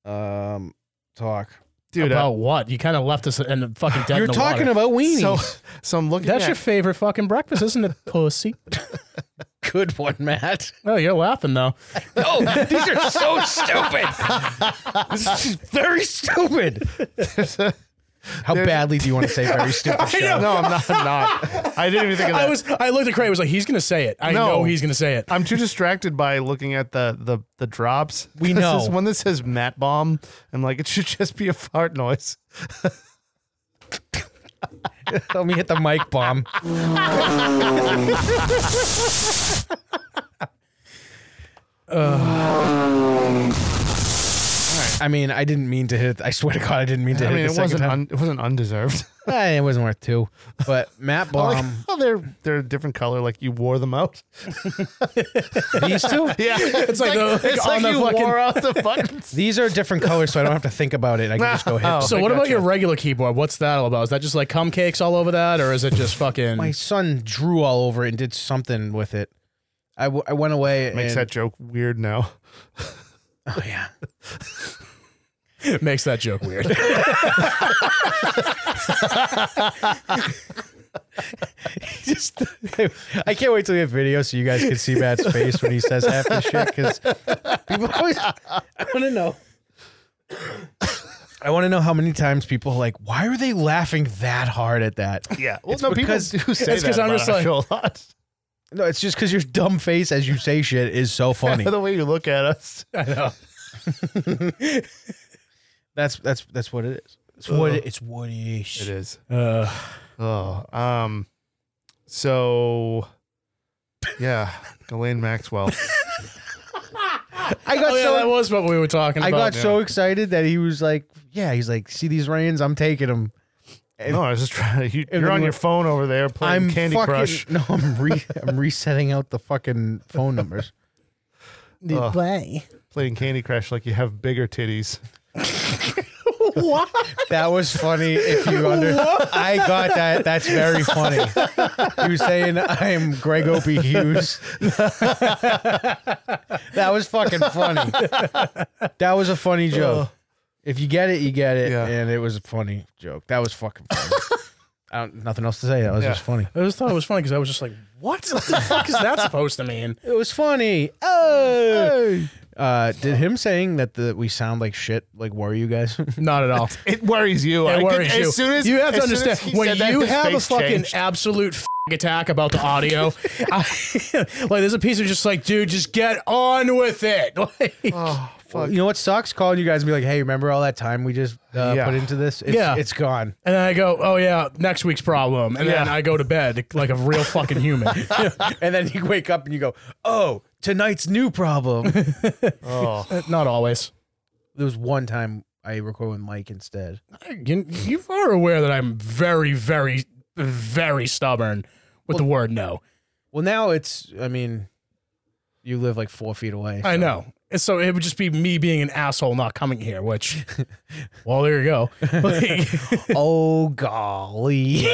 S3: Um, talk.
S4: dude. uh,
S1: About what? You kind of left us in the fucking dead.
S3: You're
S1: in the
S3: talking
S1: water.
S3: about weenies.
S4: so, uh, so I'm looking
S1: That's
S4: at
S1: your favorite fucking breakfast, isn't it, pussy?
S3: good one, Matt.
S1: Oh, you're laughing though.
S3: Oh, these are so stupid. This is very stupid. How badly do you want to say very stupid? Sean?
S4: No, I'm not. I'm not. I didn't even think of that.
S1: I was. I looked at Craig. I was like, "He's gonna say it. I
S4: No.
S1: know he's gonna say it."
S4: I'm too distracted by looking at the the the drops.
S3: We
S4: This
S3: know.
S4: is one that says Matt Bomb. I'm like, it should just be a fart noise.
S3: Let me hit the mic bomb. Uh, I I mean, I didn't mean to hit. I swear to God, I didn't mean to
S4: I
S3: hit it
S4: mean, it
S3: the second
S4: wasn't
S3: time.
S4: un, it wasn't undeserved.
S3: Eh, it wasn't worth two. But Matt
S4: I like
S3: Blom,
S4: how they're they're a different color. Like you wore them out.
S3: these two,
S4: Yeah, it's
S1: like the- like
S4: it's like
S1: on the
S4: you
S1: fucking-
S4: wore out the buttons.
S3: these are different colors, so I don't have to think about it. I can just go hit.
S4: Oh.
S1: So
S4: I
S1: what about
S4: gotcha.
S1: your regular keyboard? What's that all about? Is that just like cum cakes all over that, or is it just fucking?
S3: My son drew all over it and did something with it. I, w- I went away.
S4: Makes
S3: and,
S4: that joke weird now.
S3: Oh yeah.
S1: makes that joke weird.
S3: just I can't wait till we have video so you guys can see Matt's face when he says half the shit because people always I want to know. I want to know how many times people are like, why are they laughing that hard at that?
S4: Yeah, well,
S3: It's
S4: no,
S3: because-
S4: people do say
S1: it's 'cause
S4: that
S1: I'm
S4: about
S1: just
S4: our
S1: like-
S4: show a lot.
S3: No, it's just because your dumb face as you say shit is so funny.
S4: the way you look at us.
S1: I know.
S3: That's that's that's what it is. It's
S1: Uh-huh.
S3: what
S4: Ugh.
S3: it's what it is.
S4: It is.
S1: Uh,
S4: Oh, um, so yeah, Ghislaine Maxwell.
S3: I got
S1: oh yeah,
S3: so
S1: that was what we were talking
S3: I
S1: about.
S3: got so excited that he was like, yeah, he's like, see these reins, I'm taking them.
S4: no, I was just trying. To, you,
S3: And
S4: you're
S3: then
S4: on your
S3: what-
S4: phone over there playing
S3: I'm
S4: Candy
S3: fucking,
S4: Crush.
S3: No, I'm re I'm resetting out the fucking phone numbers.
S4: Ugh.
S1: play.
S4: Playing Candy Crush like you have bigger titties.
S3: That was funny. If you under, I got that. That's very funny. You were saying I'm Greg Opie Hughes. that was fucking funny. That was a funny joke. If you get it, you get it,
S4: Yeah.
S3: and it was a funny joke. That was fucking funny. I don't, nothing else to say. That was
S4: Yeah.
S3: just funny.
S1: I just thought it was funny because I was just like, "What? What the fuck is that supposed to mean?"
S3: It was funny. Oh. Uh, did him saying that the, we sound like shit like worry you guys?
S1: Not at all.
S4: It worries you. I
S1: It
S4: could-
S1: worries you.
S4: As soon as
S1: you have to
S4: as soon as
S1: understand
S4: he
S1: when
S4: said that,
S1: you
S4: his
S1: have a
S4: face
S1: fucking
S4: changed.
S1: absolute f- attack about the audio, I, like there's a piece of just like, dude, just get on with it. Like,
S4: Oh, fuck.
S3: you know what sucks? Calling you guys and be like, hey, remember all that time we just uh,
S4: Yeah.
S3: put into this? It's,
S1: Yeah.
S3: it's gone.
S1: And then I go, oh yeah, next week's problem, and then
S4: Yeah.
S1: I go to bed like a real fucking human. Uh,
S3: and then you wake up and you go, oh, tonight's new problem. there
S4: Oh.
S1: Not always.
S3: was one time I recorded with Mike instead.
S1: You, you are aware that I'm very, very, very stubborn with the word no.
S3: Well, now it's, I mean, you live like four feet away.
S1: I know. And so it would just be me being an asshole not coming here, which, well, there you go. Like,
S3: oh, golly.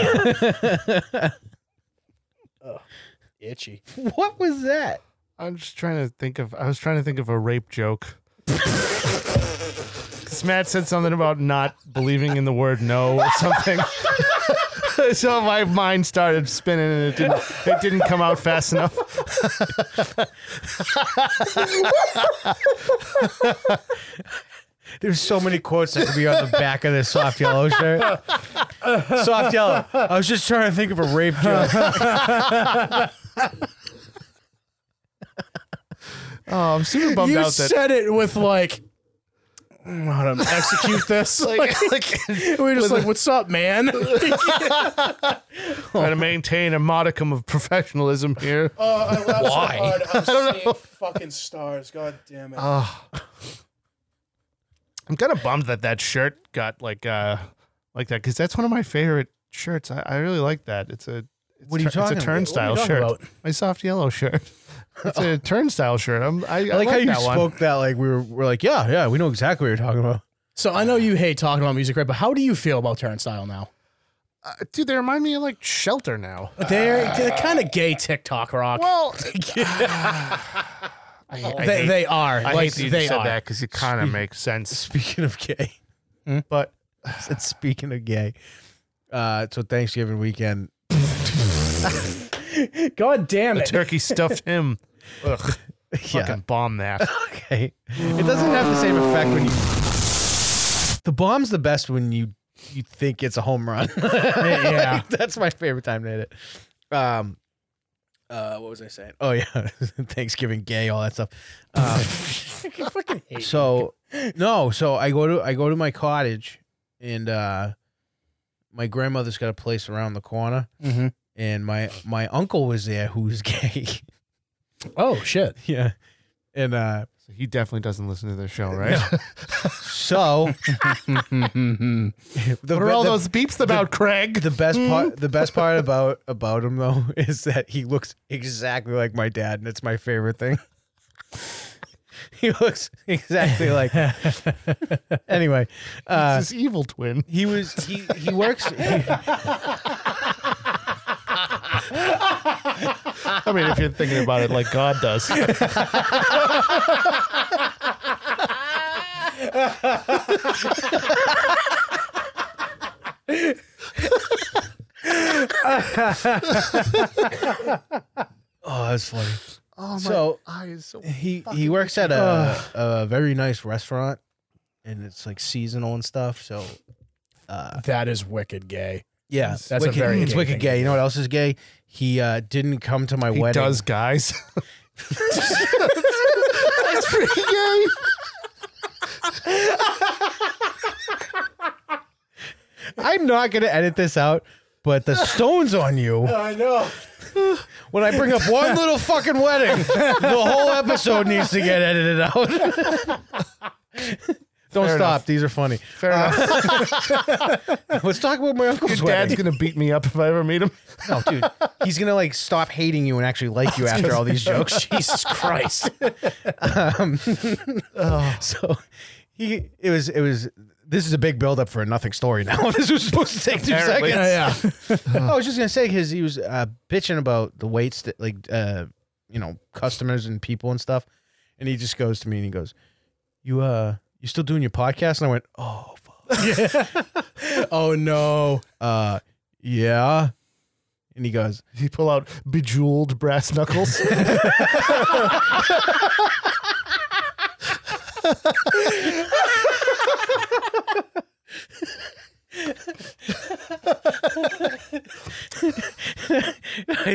S1: Itchy.
S3: what was that?
S4: I'm just trying to think of. I was trying to think of a rape joke. 'Cause Matt said something about not believing in the word no or something. so my mind started spinning and it didn't. It didn't come out fast enough.
S3: There's so many quotes that could be on the back of this soft
S1: Oh,
S3: yellow shirt. soft yellow. I was just trying to think of a rape joke.
S4: Oh, I'm super bummed
S1: You
S4: out that.
S1: said it with like, "Mm, how to execute this. like, we were just like, what's up, man?
S4: Trying to maintain a modicum of professionalism here.
S1: Uh, Why? I'm don't know. fucking stars. God damn it.
S4: Ah. I'm kind of bummed that that shirt got like uh like that because that's one of my favorite shirts. I, I really like that. It's a it's
S3: What are you
S4: tur-
S3: talking
S4: It's a
S3: about?
S4: turnstile
S1: What are you
S4: shirt.
S1: talking
S4: My soft yellow shirt. It's a turnstile shirt. I'm, I,
S3: I
S4: I
S3: like,
S4: like,
S3: how you
S4: that one.
S3: spoke that like we were, we're like, yeah, yeah, we know exactly what you're talking about.
S1: so I know you hate talking about music, right? But how do you feel about Turnstile now?
S4: Uh, dude, they remind me of like Shelter now.
S1: They're, they're kind of gay TikTok rock.
S4: Well, I, I
S1: they,
S4: hate,
S1: they are.
S4: I
S1: like,
S4: hate that you
S1: they
S4: just said
S1: are.
S4: that because it kind of makes sense.
S3: Speaking of gay,
S4: But
S3: I said, speaking of gay, uh, so Thanksgiving weekend,
S1: God damn it.
S4: turkey stuffed him. Ugh,
S3: yeah,
S4: fucking bomb that.
S3: okay, it doesn't have the same effect when you. The bomb's the best when you you think it's a home run.
S1: yeah.
S3: that's my favorite time to hit it. Um, uh, what was I saying? Oh yeah, Thanksgiving gay, all that stuff. Um,
S1: I fucking hate
S3: so no so i go to i go to my cottage and uh my grandmother's got a place around the corner
S4: Mm-hmm.
S1: Mhm.
S3: and my my uncle was there who's gay
S1: Oh, shit.
S3: yeah And uh,
S4: So he definitely doesn't listen to this show, right?
S3: so the,
S4: what are all
S3: the-
S4: those beeps about, Craig?
S3: The best part, the best part about about him though, is that he looks exactly like my dad, and it's my favorite thing. he looks exactly like. anyway, uh,
S4: this evil twin.
S3: he was he he works. he-
S4: I mean, if you're thinking about it like God does.
S3: oh, that's funny.
S4: Oh, my
S3: So-
S4: eyes. So
S3: He he works at a a very nice restaurant, and it's like seasonal and stuff. So
S1: That is wicked gay.
S3: yeah,
S1: That's a
S3: wicked-
S1: very
S3: it's
S1: gay
S3: wicked
S1: thing.
S3: gay. You know what else is gay? He uh, didn't come to my
S4: he
S3: wedding.
S4: does, guys. That's pretty gay.
S3: I'm not gonna edit this out, but the stones on you. I know. When I bring up one little fucking wedding, the whole episode needs to get edited out. Don't stop.
S4: enough.
S3: These are funny.
S4: Fair enough.
S3: Let's talk about my uncle's
S4: Your
S3: wedding.
S4: dad's gonna beat me up if I ever meet him.
S3: No, dude, he's gonna like stop hating you and actually like you after all these jokes. Um,
S1: Jesus Christ. Oh.
S3: So he, it was, it was. This is a big buildup for a nothing story. Now this was supposed to take two
S4: Apparently.
S3: seconds.
S1: yeah.
S3: I was just gonna say because he was uh, bitching about the waits that like uh, you know customers and people and stuff, and he just goes to me and he goes, "You uh, you still doing your podcast?" And I went, "Oh, fuck.
S1: Oh no.
S3: uh, yeah," and he goes,
S4: He pull out bejeweled brass knuckles.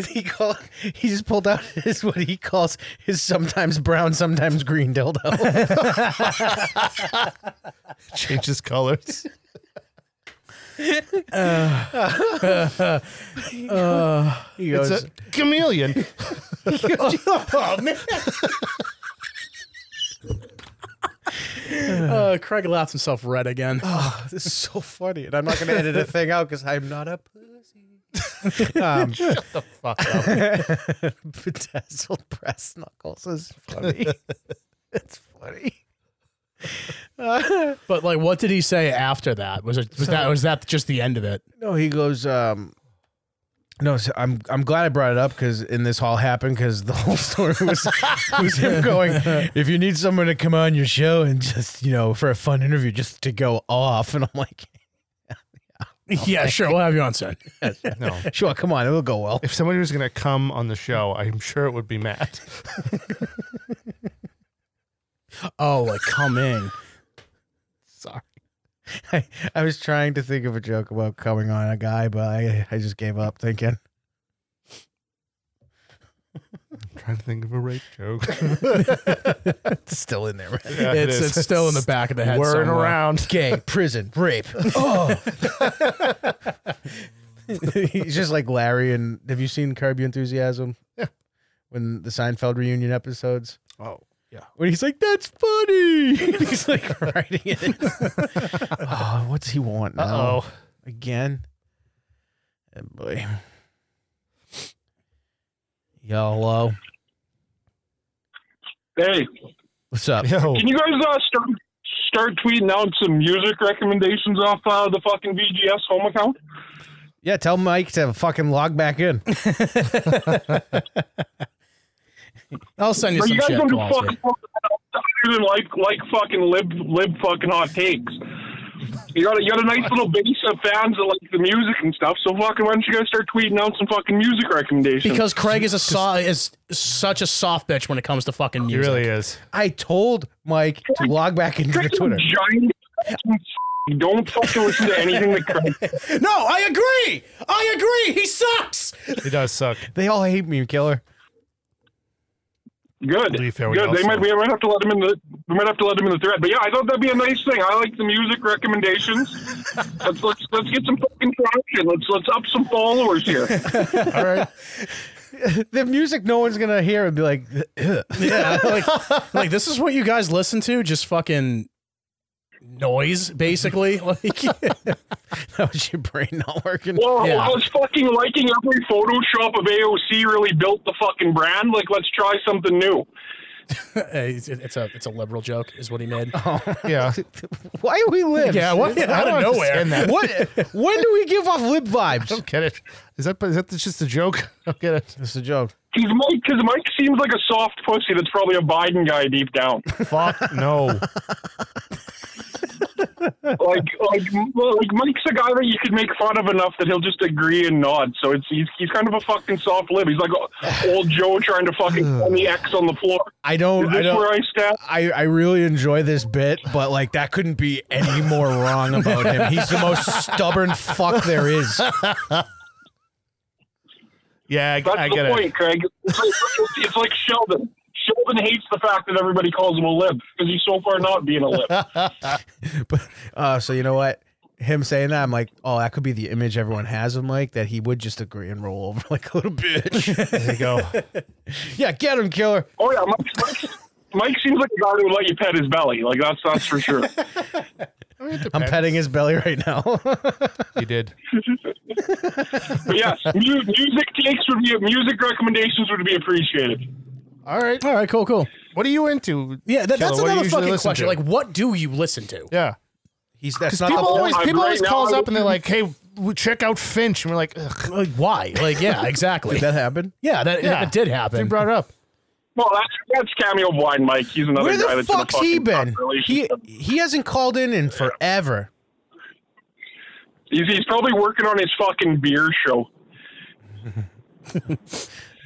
S3: he called, he just pulled out his what he calls his sometimes brown, sometimes green dildo.
S4: Changes colors.
S3: He
S4: It's
S3: goes,
S4: a chameleon.
S1: Uh, Oh, Craig laughs himself red again.
S3: "This is so funny," and I'm not gonna edit a thing out because I'm not a pussy. um,
S4: Fuck up.
S3: bedazzled brass knuckles is funny. it's funny. Uh,
S1: But like, what did he say after that? Was it was that was that just the end of it?
S3: no, he goes. Um, no, so I'm I'm glad I brought it up because in this all happened because the whole story was was him going. If you need someone to come on your show and just you know for a fun interview, just to go off, and I'm like,
S1: yeah, sure. We'll have you on soon.
S4: No.
S3: sure, come on, it'll go well.
S4: If somebody was gonna come on the show, I'm sure it would be Matt.
S1: Oh, like coming.
S4: Sorry.
S3: I, I was trying to think of a joke about coming on a guy, but I I just gave up thinking.
S4: I'm trying to think of a rape joke.
S3: It's still in there. Right?
S4: Yeah, it
S1: it's
S4: is.
S1: it's still in the back of the head.
S4: Whirring
S1: somewhere.
S4: around.
S3: gay, prison, rape. Oh. He's just like Larry and have you seen Curb Your Enthusiasm?
S4: Yeah.
S3: When the Seinfeld reunion episodes.
S4: Oh.
S3: When he's like, That's funny. And he's like writing it. oh, what's he want now?
S4: Uh oh.
S3: Again. Oh boy. Yolo.
S10: Hey,
S3: What's up?
S4: Yo.
S10: can you guys uh, start start tweeting out some music recommendations off uh, the fucking VGS home account?
S3: Yeah, tell Mike to fucking log back in.
S1: I'll send you
S10: Are
S1: some
S10: you guys
S1: shit.
S10: going to
S1: Kowalski.
S10: fucking other than like like fucking lib lib fucking hot takes? You got a, you got a nice little base of fans that like the music and stuff. So fucking why don't you guys start tweeting out some fucking music recommendations?
S1: Because Craig is a so, is such a soft bitch when it comes to fucking
S4: He
S1: music.
S4: really is.
S3: I told Mike to log back into the
S10: Craig's a
S3: Twitter.
S10: giant fucking don't fucking listen to anything that Craig
S1: No, I agree. I agree. He sucks.
S4: He does suck.
S3: They all hate me, killer.
S10: Good.
S4: To be fair, we
S10: Good. They
S4: also-
S10: might. We might have to let him in the. We might have to let him in the thread. But yeah, I thought that'd be a nice thing. I like the music recommendations. let's let's let's get some fucking traction. Let's let's up some followers here.
S4: All right.
S3: the music no one's gonna hear would be like,
S1: Yeah, like, like this is what you guys listen to, just fucking noise, basically. Like,
S3: that was your brain not working.
S10: Well,
S1: Yeah.
S10: I was fucking liking every Photoshop of AOC really built the fucking brand. Like, let's try something new.
S1: it's it's a it's a liberal joke, is what he made.
S4: Yeah.
S3: Why do we live?
S1: yeah, what? out of nowhere.
S4: understand that.
S3: What? When do we give off lip vibes?
S4: Don't get it. Is that is that just a joke? I don't get it.
S3: It's a joke.
S10: He's Mike because Mike seems like a soft pussy. That's probably a Biden guy deep down.
S4: Fuck no.
S10: like, like, like Mike's a guy that you could make fun of enough that he'll just agree and nod. So it's he's, he's kind of a fucking soft lib. He's like old Joe trying to fucking find the X on the floor.
S3: I don't.
S10: Is
S3: I
S10: this
S3: don't.
S10: where I stand?
S3: I, I really enjoy this bit, but like that couldn't be any more wrong about him. He's the most stubborn fuck there is.
S4: Yeah, I,
S10: That's
S4: I
S10: the
S4: get
S10: point,
S4: it.
S10: Craig. It's like, it's like Sheldon. Sheldon hates the fact that everybody calls him a lib because he's so far not being a lib.
S3: But uh, so you know what? Him saying that, I'm like, oh, that could be the image everyone has of Mike that he would just agree and roll over like a little bitch.
S4: There you go.
S3: yeah, get him, killer.
S10: Oh yeah, Mike, Mike, Mike seems like a guy who would let you pet his belly. Like that's that's for sure.
S3: I'm petting his belly right now.
S4: You did.
S10: But yes, mu- music takes would be music recommendations would be appreciated.
S4: All right.
S1: All right, cool, cool.
S4: What are you into?
S1: Yeah, that,
S4: Killer?
S1: that's
S4: What do you
S1: another
S4: usually
S1: fucking
S4: listen
S1: question.
S4: to?
S1: Like, what do you listen to?
S4: yeah.
S3: He's that's
S4: Because people always
S10: I'm
S4: people
S10: right
S4: always
S10: now,
S4: calls
S10: I
S4: up and they're like, "Hey, w- check out Finch," and we're like, Ugh,
S1: Like, why? Like, yeah, exactly.
S3: Did that happen?
S1: yeah, that,
S4: Yeah.
S1: that did
S4: "They
S1: happen.
S4: brought it up."
S10: Well, that's that's cameo blind Mike. He's another
S3: Where
S10: guy
S3: the
S10: that's in a
S3: fuck's he
S10: fucking tough
S3: been? He
S10: relationship.
S3: he hasn't called in in forever.
S10: He's, he's probably working on his fucking beer show.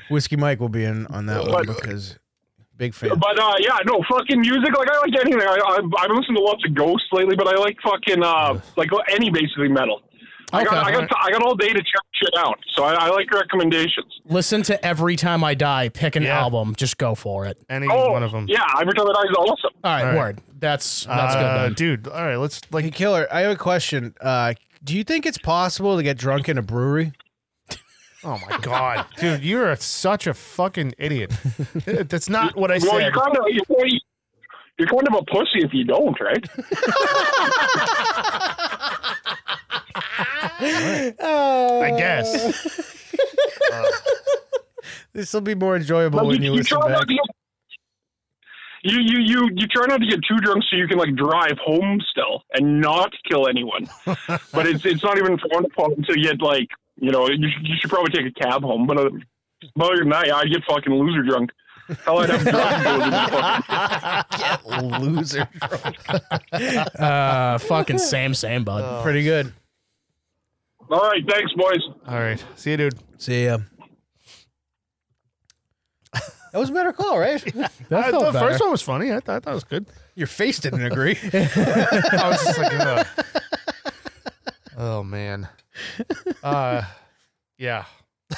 S3: Whiskey Mike will be in on that one because big fan.
S10: But uh, yeah, no fucking music. Like I like anything. I, I I've listened to lots of Ghosts lately, but I like fucking uh like any basically metal. I got I got I got all day to check shit out, so I, I like recommendations.
S1: Listen to Every Time I Die, pick an
S4: Yeah.
S1: album, just go for it.
S4: Any
S10: Oh,
S4: one of them.
S10: yeah, every time that is awesome.
S1: All right,
S4: All right.
S1: word. That's that's
S4: Uh,
S1: good. Man.
S4: dude. All right, let's
S3: Hey,
S4: like.
S3: killer, I have a question. Uh, do you think it's possible to get drunk in a brewery?
S4: Oh my god, dude, you're a, such a fucking idiot. That's not what I
S10: Well,
S4: said.
S10: you're kind of you're, you're kind of a pussy if you don't, right?
S4: I guess.
S3: This will be more enjoyable when you, listen back.
S10: not to get, you, you you you try not to get too drunk so you can like drive home still and not kill anyone. but it's it's not even frowned upon until you get like you know you, should- you should probably take a cab home. But other, but other than that, yeah, I'd get fucking loser drunk. Hell, I'd have drunk goes in the fucking-
S3: Loser.
S1: Uh, fucking same, same, bud.
S4: Uh,
S3: Pretty good.
S10: All right, thanks, boys.
S4: All right, see you, dude.
S3: See ya. That was a better call, right?
S4: I
S1: felt
S4: thought the
S1: better.
S4: first one was funny. I thought that was good.
S3: Your face didn't agree.
S4: I was just like, Ugh. oh man, uh, yeah.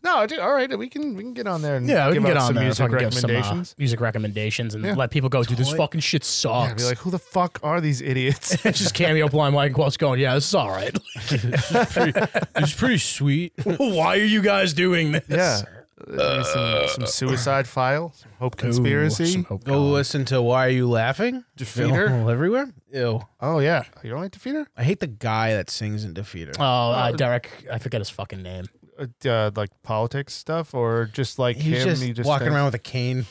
S4: No, dude. All right, we can we can get on there and
S1: yeah, we
S4: give
S1: can get
S4: out
S1: on
S4: some
S1: there.
S4: music
S1: fucking give some, uh,
S4: recommendations.
S1: music recommendations, and
S4: Yeah.
S1: let people go. Dude, this
S3: Toy-
S1: fucking shit
S4: Yeah, be
S1: sucks.
S4: like, who the fuck are these idiots?
S1: just cameo blind Mike Wells going, yeah, this is all right.
S3: it's pretty sweet.
S1: Why are you guys doing this?
S4: Yeah. Maybe some, some suicide file, some hope
S1: Ooh,
S4: conspiracy.
S1: some hope
S3: Go
S1: gone.
S3: listen to Why Are You Laughing?
S4: Defeater.
S3: All everywhere. Ew.
S4: Oh yeah, you don't like Defeater?
S3: I hate the guy that sings in Defeater.
S1: Oh, uh, Derek, I forget his fucking name.
S4: Uh, Uh, like politics stuff, or just like
S3: He's
S4: him?
S3: just,
S4: he
S3: walking
S4: thinks-
S3: around with a cane.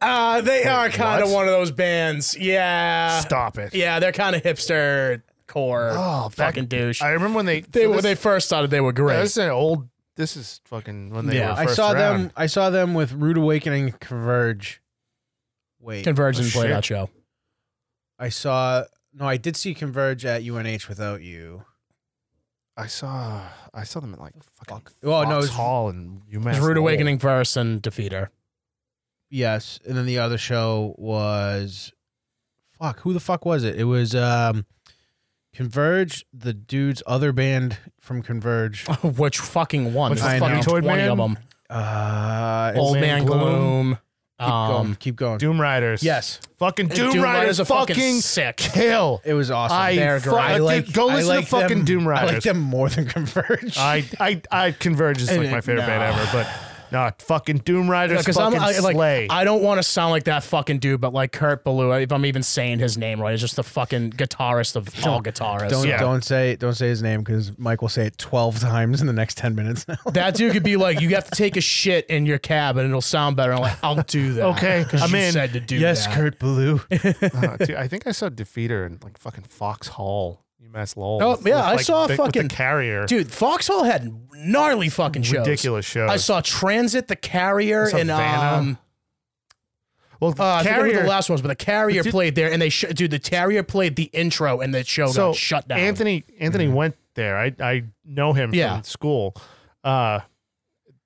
S1: Uh, they are kind of
S4: what?
S1: one of those bands. Yeah.
S4: Stop it!
S1: uh, Yeah, they're kind of hipster core
S4: Oh, that-
S1: fucking douche.
S4: I remember when they
S1: they
S4: so
S1: when
S4: this-
S1: they first started, they were great.
S4: This is an old. This is fucking when they
S1: Yeah.
S4: were
S3: I
S4: first
S3: saw
S4: around.
S3: them. I saw them with Rude Awakening Converge. Wait,
S1: Converge and
S4: Oh,
S1: play
S4: shit.
S1: that show.
S3: I saw. No, I did see Converge at UNH without you.
S4: I saw. I saw them at like fucking.
S1: Oh,
S3: Well,
S4: Fox
S3: no, it was-
S4: Hall and UMass.
S1: It's Rude
S4: Lowell.
S1: Awakening verse and Defeater.
S3: Yes, and then the other show was, fuck, who the fuck was it? It was um, Converge, the dude's other band from Converge.
S1: Which fucking one?
S4: Which
S1: There's
S3: one?
S1: fucking
S4: Mutoid
S1: twenty of
S4: Man?
S1: them.
S3: Uh,
S1: Old
S4: Man
S1: Man
S4: Gloom.
S1: Gloom. Um,
S3: Keep going. Keep going.
S4: Doom Riders.
S3: Yes.
S4: Fucking Doom,
S1: Doom
S4: Riders,
S1: Riders are fucking
S4: fucking,
S1: sick.
S4: kill.
S3: It was awesome.
S4: I
S3: They're
S4: fu-
S3: great.
S4: I did- go
S3: I
S4: listen to
S3: like
S4: fucking
S3: them-
S4: Doom
S3: I like
S4: Riders.
S3: them more than Converge.
S4: I I I Converge is like my favorite band ever, but no, fucking Doom Riders
S1: Because I'm
S4: fucking
S1: I, like,
S4: slay.
S1: I don't want to sound like that fucking dude, but like Kurt Ballou, if I'm even saying his name right, is just the fucking guitarist of all guitarists.
S3: don't
S4: yeah.
S3: don't say don't say his name because Mike will say it twelve times in the next ten minutes now.
S1: That dude could be like, you have to take a shit in your cab and it'll sound better. I'm like, I'll do that.
S4: Okay,
S1: 'Cause
S4: I'm
S1: you
S4: in.
S1: said to do
S3: yes,
S1: that.
S3: Kurt Ballou.
S4: Uh, dude, I think I saw Defeater in like fucking Fox Hall, UMass Lowell.
S1: Oh, yeah, I
S4: like,
S1: saw
S4: the, with
S1: fucking-
S4: the Carrier.
S1: Dude, Foxhole had gnarly fucking shows.
S4: ridiculous shows.
S1: I saw Transit, the Carrier,
S4: saw
S1: and
S4: Vanna.
S1: um,
S4: well,
S1: uh, I forget who
S4: Carrier.
S1: the last ones, but the Carrier
S4: Dude-
S1: played there, and they sh- dude, the Carrier played the intro, and the show
S4: so
S1: got Oh, shut down.
S4: Anthony Anthony went there. I I know him
S1: Mm-hmm. Yeah.
S4: from school. Uh,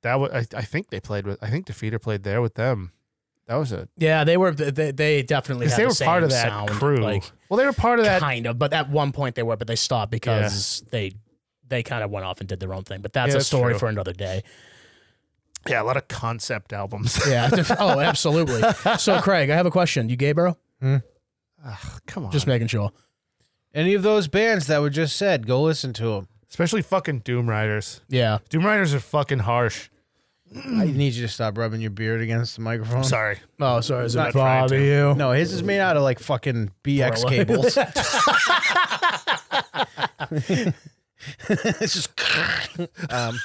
S4: that was I, I think they played with. I think Defeater played there with them. That was a
S1: yeah, they were they, they definitely
S4: because
S1: had
S4: they
S1: the
S4: were
S1: same
S4: part of that
S1: sound,
S4: crew.
S1: like
S4: well, they were part of that.
S1: kind of, but at one point they were, but they stopped because they they kind of went off and did their own thing. But that's
S4: Yeah,
S1: a
S4: that's
S1: story
S4: true.
S1: for another day.
S4: Yeah, a lot of concept albums.
S1: Yeah. oh, absolutely. So, Craig, I have a question. You gay, bro?
S4: Ugh, come on,
S1: Just making sure.
S3: Any of those bands that were just said, go listen to them.
S4: especially fucking Doom Riders.
S1: Yeah.
S4: Doom Riders are fucking harsh.
S3: I need you to stop rubbing your beard against the microphone.
S4: I'm sorry.
S1: Oh, sorry. Does
S4: Not
S1: that
S4: trying
S1: bother you?
S3: No, his is made out of like fucking BX
S1: Gorilla.
S3: cables. it's just um,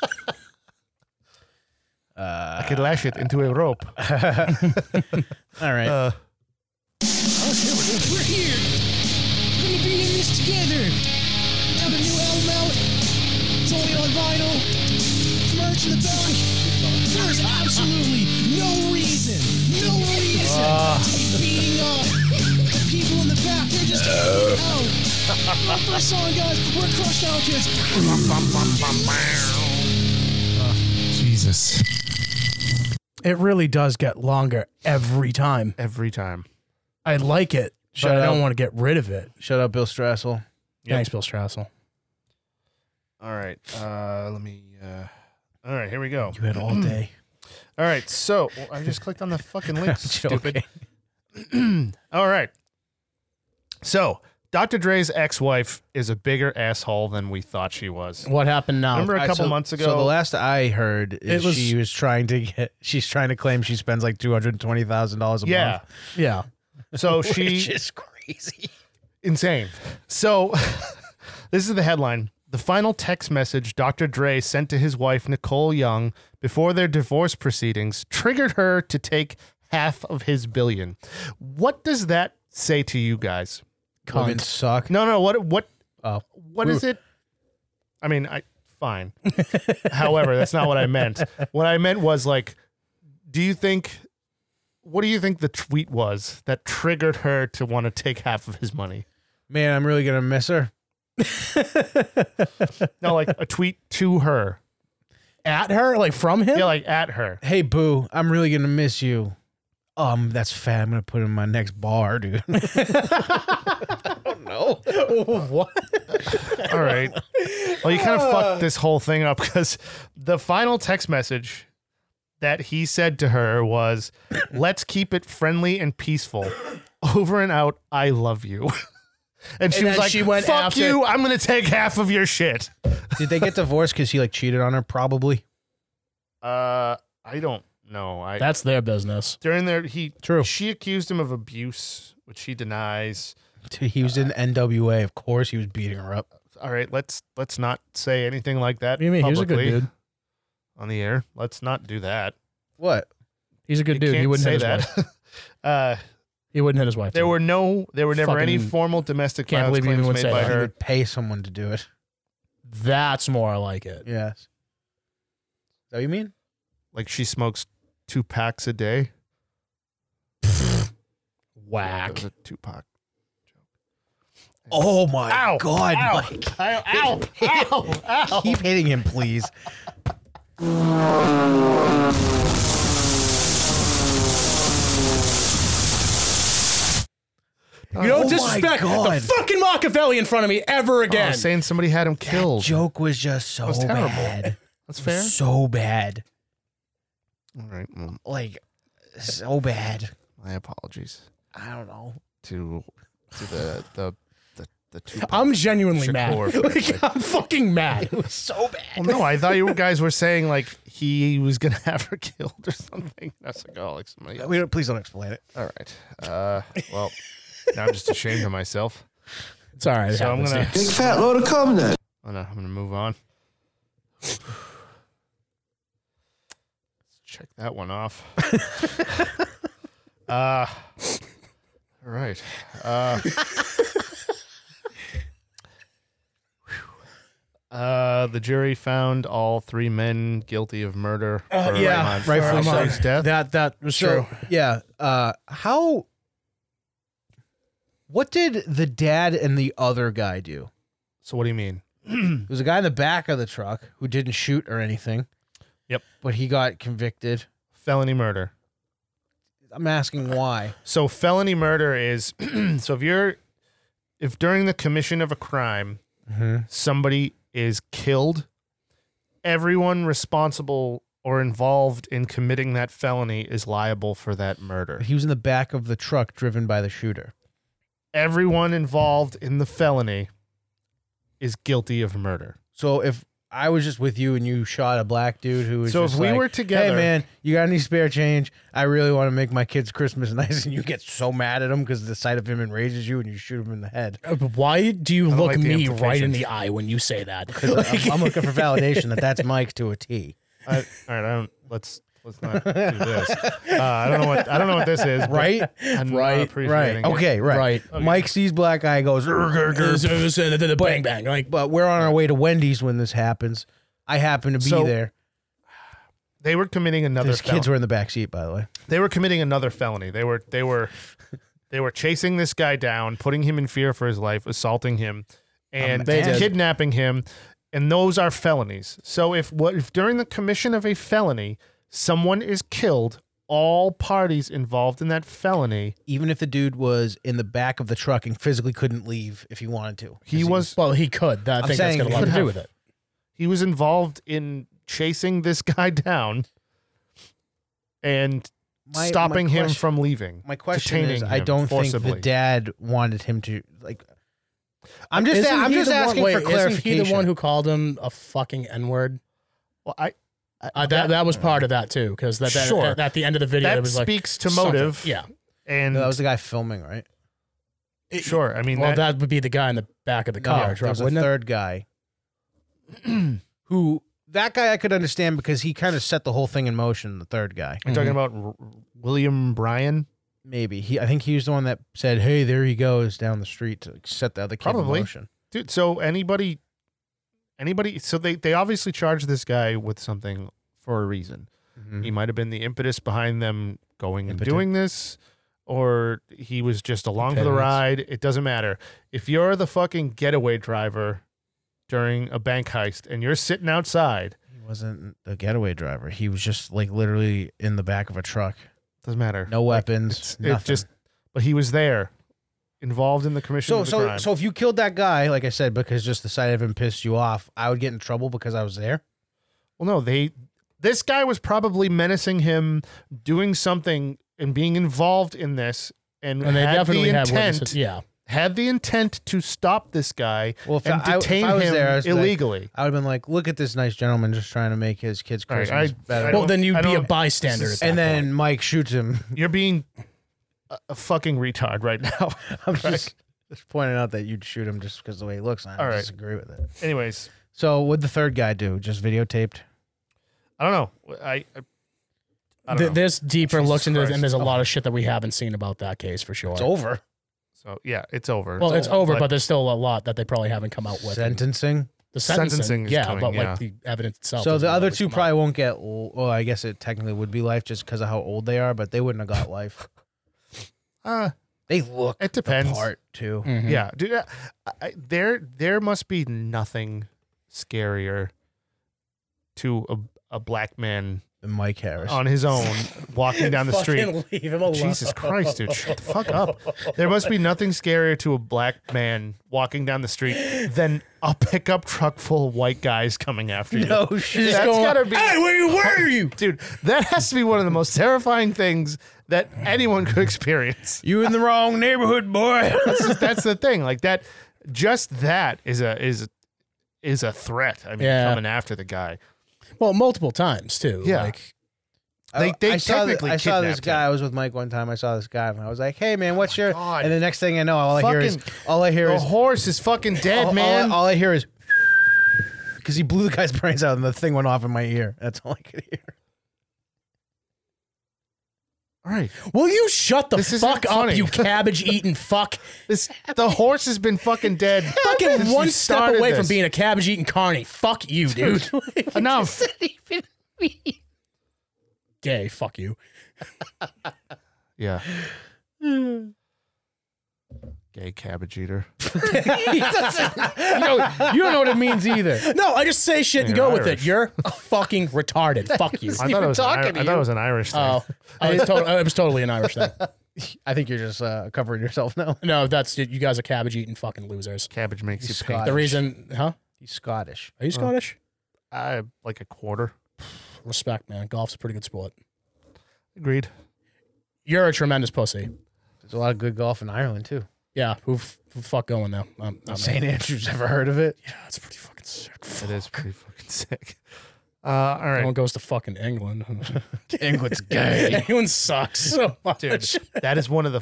S4: I could lash it into a rope.
S3: all right.
S4: Uh,
S6: We're here. We're gonna be in this together. Got a new album out. It's only on vinyl. Merch in the back. There's absolutely no reason, no reason to be beating up the people in the back. They're just out. Our first song, guys. We're crushed out kids.
S11: Jesus.
S1: It really does get longer every time.
S4: every time.
S1: I like it,
S3: Shut
S1: but I
S3: up.
S1: don't want to get rid of it.
S3: Shut up, Bill Strassel.
S1: Thanks, Bill Strassel.
S4: All right. Uh, let me. Uh, all right. Here we go.
S1: You had all day.
S4: All right. So well, I just clicked on the fucking link. stupid. all right. So Dr. Dre's ex-wife is a bigger asshole than we thought she was.
S1: What happened now?
S4: Remember a
S3: All right,
S4: couple
S3: so-
S4: months ago?
S3: So the last I heard is
S1: It was-
S3: she was trying to get she's trying to claim she spends like two hundred and twenty thousand dollars a
S4: yeah.
S1: yeah.
S4: So
S3: month. It's
S4: she
S3: just crazy.
S4: insane. So this is the headline. The final text message Dr. Dre sent to his wife Nicole Young before their divorce proceedings triggered her to take half of his billion. What does that say to you guys?
S3: Women suck.
S4: No, no, what what
S3: Oh.
S4: what is it? I mean, I fine. However, that's not what I meant. What I meant was like do you think what do you think the tweet was that triggered her to want to take half of his money?
S3: Man, I'm really gonna miss her.
S4: No, like a tweet to her.
S1: At her? Like from him?
S4: Yeah, like at her.
S3: Hey boo, I'm really gonna miss you. Um, that's fat. I'm gonna put in my next bar, dude.
S1: what?
S4: All right. Well, you kind of fucked this whole thing up because the final text message that he said to her was, "Let's keep it friendly and peaceful. Over and out. I love you." And
S1: And
S4: she was
S1: then
S4: like,
S1: she went
S4: "Fuck
S1: after-
S4: you! I'm gonna take half of your shit."
S3: Did they get divorced because he like cheated on her? Probably.
S4: Uh, I don't know. I
S1: That's their business.
S4: during there he
S3: True.
S4: She accused him of abuse, which he denies.
S3: Dude, he was in NWA. Of course, he was beating her up.
S4: All right, let's let's not say anything like that.
S1: What do you mean? He was a
S4: publicly
S1: good dude.
S4: on the air. Let's not do that.
S3: What?
S1: He's a good
S4: You
S1: dude. He
S4: can't
S1: wouldn't
S4: say
S1: hit his wife.
S4: that. uh,
S1: He wouldn't hit his wife.
S4: there were no, there were never any
S1: Fucking-
S4: formal domestic
S1: can't
S4: violence
S1: believe you
S4: claims
S1: even would say
S4: made by
S1: that.
S3: He
S4: her.
S3: would pay someone to do it.
S1: That's more like it.
S3: Yes. Is that what you mean?
S4: Like she smokes two packs a day. That
S1: Whack.
S4: was a two pack.
S3: Oh my
S4: Ow,
S3: God,
S4: ow,
S3: Mike.
S4: Ow! Ow! Ow! ow.
S3: Keep hitting him, please.
S1: You don't
S3: Oh my
S1: disrespect the
S3: God.
S1: fucking Machiavelli in front of me ever
S4: Oh,
S1: again.
S4: saying somebody had him killed.
S3: Joke was just so
S4: was terrible.
S3: bad.
S4: That's fair.
S3: So bad.
S4: All right. well,
S3: Like, so bad.
S4: My apologies
S3: I don't know.
S4: to to the the the, the two.
S1: I'm genuinely
S4: Shakur,
S1: mad. Like, I'm fucking mad.
S3: So bad.
S4: Well, no, I thought you guys were saying like he was gonna have her killed or something. That's like oh, like somebody. Else.
S3: We don't, please don't explain it.
S4: All right. Uh, well, now I'm just ashamed of myself.
S1: It's all right. It
S4: So I'm
S1: happens,
S4: gonna.
S1: dude.
S4: fat load of cum then. I'm gonna move on. Let's check that one off. uh, all right. Uh, whew. uh, the jury found all three men guilty of murder. Uh, for
S1: yeah,
S4: Raymond
S1: rightfully so.
S4: Farshide's death.
S3: That that was
S1: true.
S3: Yeah. Uh, how? What did the dad and the other guy do?
S4: so what do you mean?
S3: There was a guy in the back of the truck who didn't shoot or anything.
S4: Yep.
S3: But he got convicted.
S4: Felony murder.
S3: I'm asking why.
S4: So felony murder is so if you're if during the commission of a crime
S3: Mm-hmm.
S4: somebody is killed, everyone responsible or involved in committing that felony is liable for that murder.
S3: He was in the back of the truck driven by the shooter.
S4: Everyone involved in the felony is guilty of murder.
S3: So if I was just with you and you shot a black dude who was
S4: So
S3: just
S4: if we
S3: like,
S4: were together-
S3: hey man, you got any spare change? I really want to make my kids Christmas nice, and you get so mad at him because the sight of him enrages you, and you shoot him in the head.
S1: Uh, but Why do you
S4: don't
S1: look
S4: like the
S1: me right in
S4: implications.
S1: the eye when you say that?
S3: I'm, I'm looking for validation that that's Mike to a T.
S4: I, all right, I don't let's let's not do this. Uh, I don't know what I don't know what this is. but
S3: Right?
S4: I'm not
S1: Right,
S4: appreciating it.
S3: Okay, right.
S1: Right.
S3: Mike sees black guy, goes, "Urgh, urgh, urgh."
S1: uh, the bang bang. Like,
S3: but we're on our way to Wendy's when this happens. I happen to be
S4: So,
S3: there.
S4: They were committing another
S3: Those
S4: felony.
S3: kids were in the back seat, by the way.
S4: they were committing another felony. They were they were they were chasing this guy down, putting him in fear for his life, assaulting him, and
S3: they did.
S4: kidnapping him, and those are felonies. So if what if during the commission of a felony someone is killed, all parties involved in that felony,
S3: Even if the dude was in the back of the truck and physically couldn't leave if he wanted to,
S4: he was
S1: well, he could. That, I
S3: I'm
S1: think that's
S3: saying
S1: got a
S3: he
S1: lot to
S3: could
S1: do
S3: have.
S1: with it.
S4: he was involved in chasing this guy down and
S3: My- my
S4: stopping him
S3: question-
S4: from leaving.
S3: My question is,
S4: detaining
S3: I
S4: him
S3: don't think
S4: forcibly.
S3: the dad wanted him to like. I'm just,
S1: Isn't
S3: I'm
S1: he
S3: just
S1: the one-
S3: asking
S1: wait,
S3: for clarification.
S1: Isn't he the one who called him a fucking n word?
S4: Well, I
S1: Uh, that that was part of that too, because that, that
S4: Sure.
S1: at, at the end of the video,
S4: That
S1: it was like
S4: speaks to
S1: something.
S4: motive.
S1: Yeah,
S4: and
S3: No, that was the guy filming, right?
S4: sure. I mean
S1: well,
S4: that, Oh,
S1: that, would be the guy in the back of the
S3: No,
S1: car,
S3: there
S1: truck,
S3: was a
S1: wouldn't it?
S3: third guy who that guy I could understand because he kind of set the whole thing in motion. The third guy,
S4: You're talking
S3: Mm-hmm.
S4: about R- William Bryan?
S3: maybe he, I think he was the one that said, "Hey, there he goes down the street," to set the other kid
S4: Probably.
S3: in motion.
S4: Dude, so anybody anybody so they they obviously charged this guy with something for a reason. He might have been the impetus behind them going
S3: Mm-hmm. Impotent.
S4: and doing this or he was just along for the
S1: Impediments.
S4: ride. It doesn't matter. If you're the fucking getaway driver during a bank heist and you're sitting outside,
S3: He wasn't the getaway driver. He was just like literally in the back of a truck,
S4: doesn't matter.
S3: no weapons,
S4: It
S3: nothing.
S4: just but he was there involved in the commission
S3: So
S4: of the
S3: so
S4: crime.
S3: so if you killed that guy, like I said, because just the sight of him pissed you off, I would get in trouble because I was there.
S4: Well, no, they. This guy was probably menacing him, doing something, and being involved in this, and,
S1: And they
S4: had
S1: definitely
S4: the
S1: had
S4: intent.
S1: witnesses. Yeah,
S4: Had the intent to stop this guy
S3: Well, if
S4: and
S3: I- if
S4: detain
S3: I was
S4: him
S3: there, I was like-
S4: illegally.
S3: I would have been like, look at this nice gentleman just trying to make his kids
S4: All right,
S3: Christmas
S4: I-
S3: better.
S4: I
S1: well,
S4: don't-
S1: then
S4: I
S1: you'd be a
S4: don't-
S1: bystander. at that
S3: and then
S1: point.
S3: Mike shoots him.
S4: You're being a, a fucking retard right now.
S3: I'm just, just pointing out that you'd shoot him just because the way he looks. And I
S4: All
S3: don't
S4: right.
S3: disagree with it.
S4: Anyways,
S3: So what'd the third guy do? Just videotaped?
S4: I don't know. I. I, I don't
S1: Th-
S4: know.
S1: this deeper
S4: Jesus
S1: looks into this,
S4: Christ.
S1: and there's a lot of shit that we haven't seen about that case for sure.
S3: It's over.
S4: so yeah, it's over.
S1: Well, it's over, but there's still a lot that they probably haven't come out with.
S3: Sentencing.
S1: the sentencing,
S4: Sentencing is
S1: yeah,
S4: coming,
S1: but
S4: yeah.
S1: like the evidence itself.
S3: so
S1: doesn't
S3: the other
S1: always
S3: two
S1: come out.
S3: probably won't get. Well, I guess it technically would be life just because of how old they are, but they wouldn't have got life.
S4: uh,
S3: They look
S4: it
S3: the
S4: depends.
S3: part too.
S1: Mhm.
S4: Yeah, dude. I, I, there, there must be nothing scarier to a, a black man
S3: than Mike Harris.
S4: on his own walking down the street.
S1: Fucking leave him alone.
S4: Jesus Christ, dude. Shut the fuck up. There must be nothing scarier to a black man walking down the street than a pickup truck full of white guys coming after you.
S3: No shit.
S4: That's gotta be
S1: Hey, where you? Where are you?
S4: dude, that has to be one of the most terrifying things that anyone could experience.
S3: You in the wrong neighborhood, boy.
S4: That's just- that's the thing. Like that just that is a is is a threat. I mean,
S1: Yeah.
S4: coming after the guy.
S1: Well, multiple times too.
S4: Yeah.
S1: Like,
S4: They- they
S3: I saw, th-
S4: technically
S3: I saw this
S4: kidnapped
S3: guy. I was with Mike one time. I saw this guy, and I was like, "Hey, man, what's your?"
S4: God.
S3: And the next thing I know, all I hear is,
S4: Fucking-
S3: all I hear
S4: The
S3: is,
S4: horse is fucking dead,
S3: all, all I-
S4: man.
S3: all I hear is, because he blew the guy's brains out, and the thing went off in my ear. That's all I could hear.
S4: all right.
S1: will you shut the
S4: This isn't
S1: fuck up,
S4: funny.
S1: you cabbage eating fuck?
S4: This the horse has been fucking dead. since
S1: Fucking
S4: you
S1: one step
S4: started
S1: away
S4: this.
S1: from being a cabbage eating carny. Fuck you, dude.
S4: enough.
S1: Gay. Fuck you.
S4: Yeah. Gay cabbage eater.
S3: You don't know what it means either.
S1: No, I just say shit and
S4: You're
S1: go with it.
S4: Irish.
S1: You're fucking retarded. Fuck you.
S4: I thought, it was an Ir- I thought it was an Irish thing.
S1: Oh, I was, tot- I was totally an Irish thing.
S3: I think you're just uh, covering yourself now.
S1: No, that's you guys are cabbage eating fucking losers.
S4: Cabbage makes you
S3: Scott.
S4: pink.
S1: The reason, huh?
S3: He's Scottish.
S1: Are you Scottish?
S4: I, like a quarter.
S1: Respect, man. Golf's a pretty good sport.
S4: Agreed.
S1: You're a tremendous pussy.
S3: There's a lot of good golf in Ireland too.
S1: Yeah, who, f- who fuck going though? Um, I'm
S3: St. Andrews, ever heard of it?
S1: yeah, it's pretty fucking sick.
S4: It is pretty fucking sick. Uh, all right.
S1: Everyone goes to fucking England.
S3: England's gay.
S1: England sucks so much.
S4: Dude, that is one of the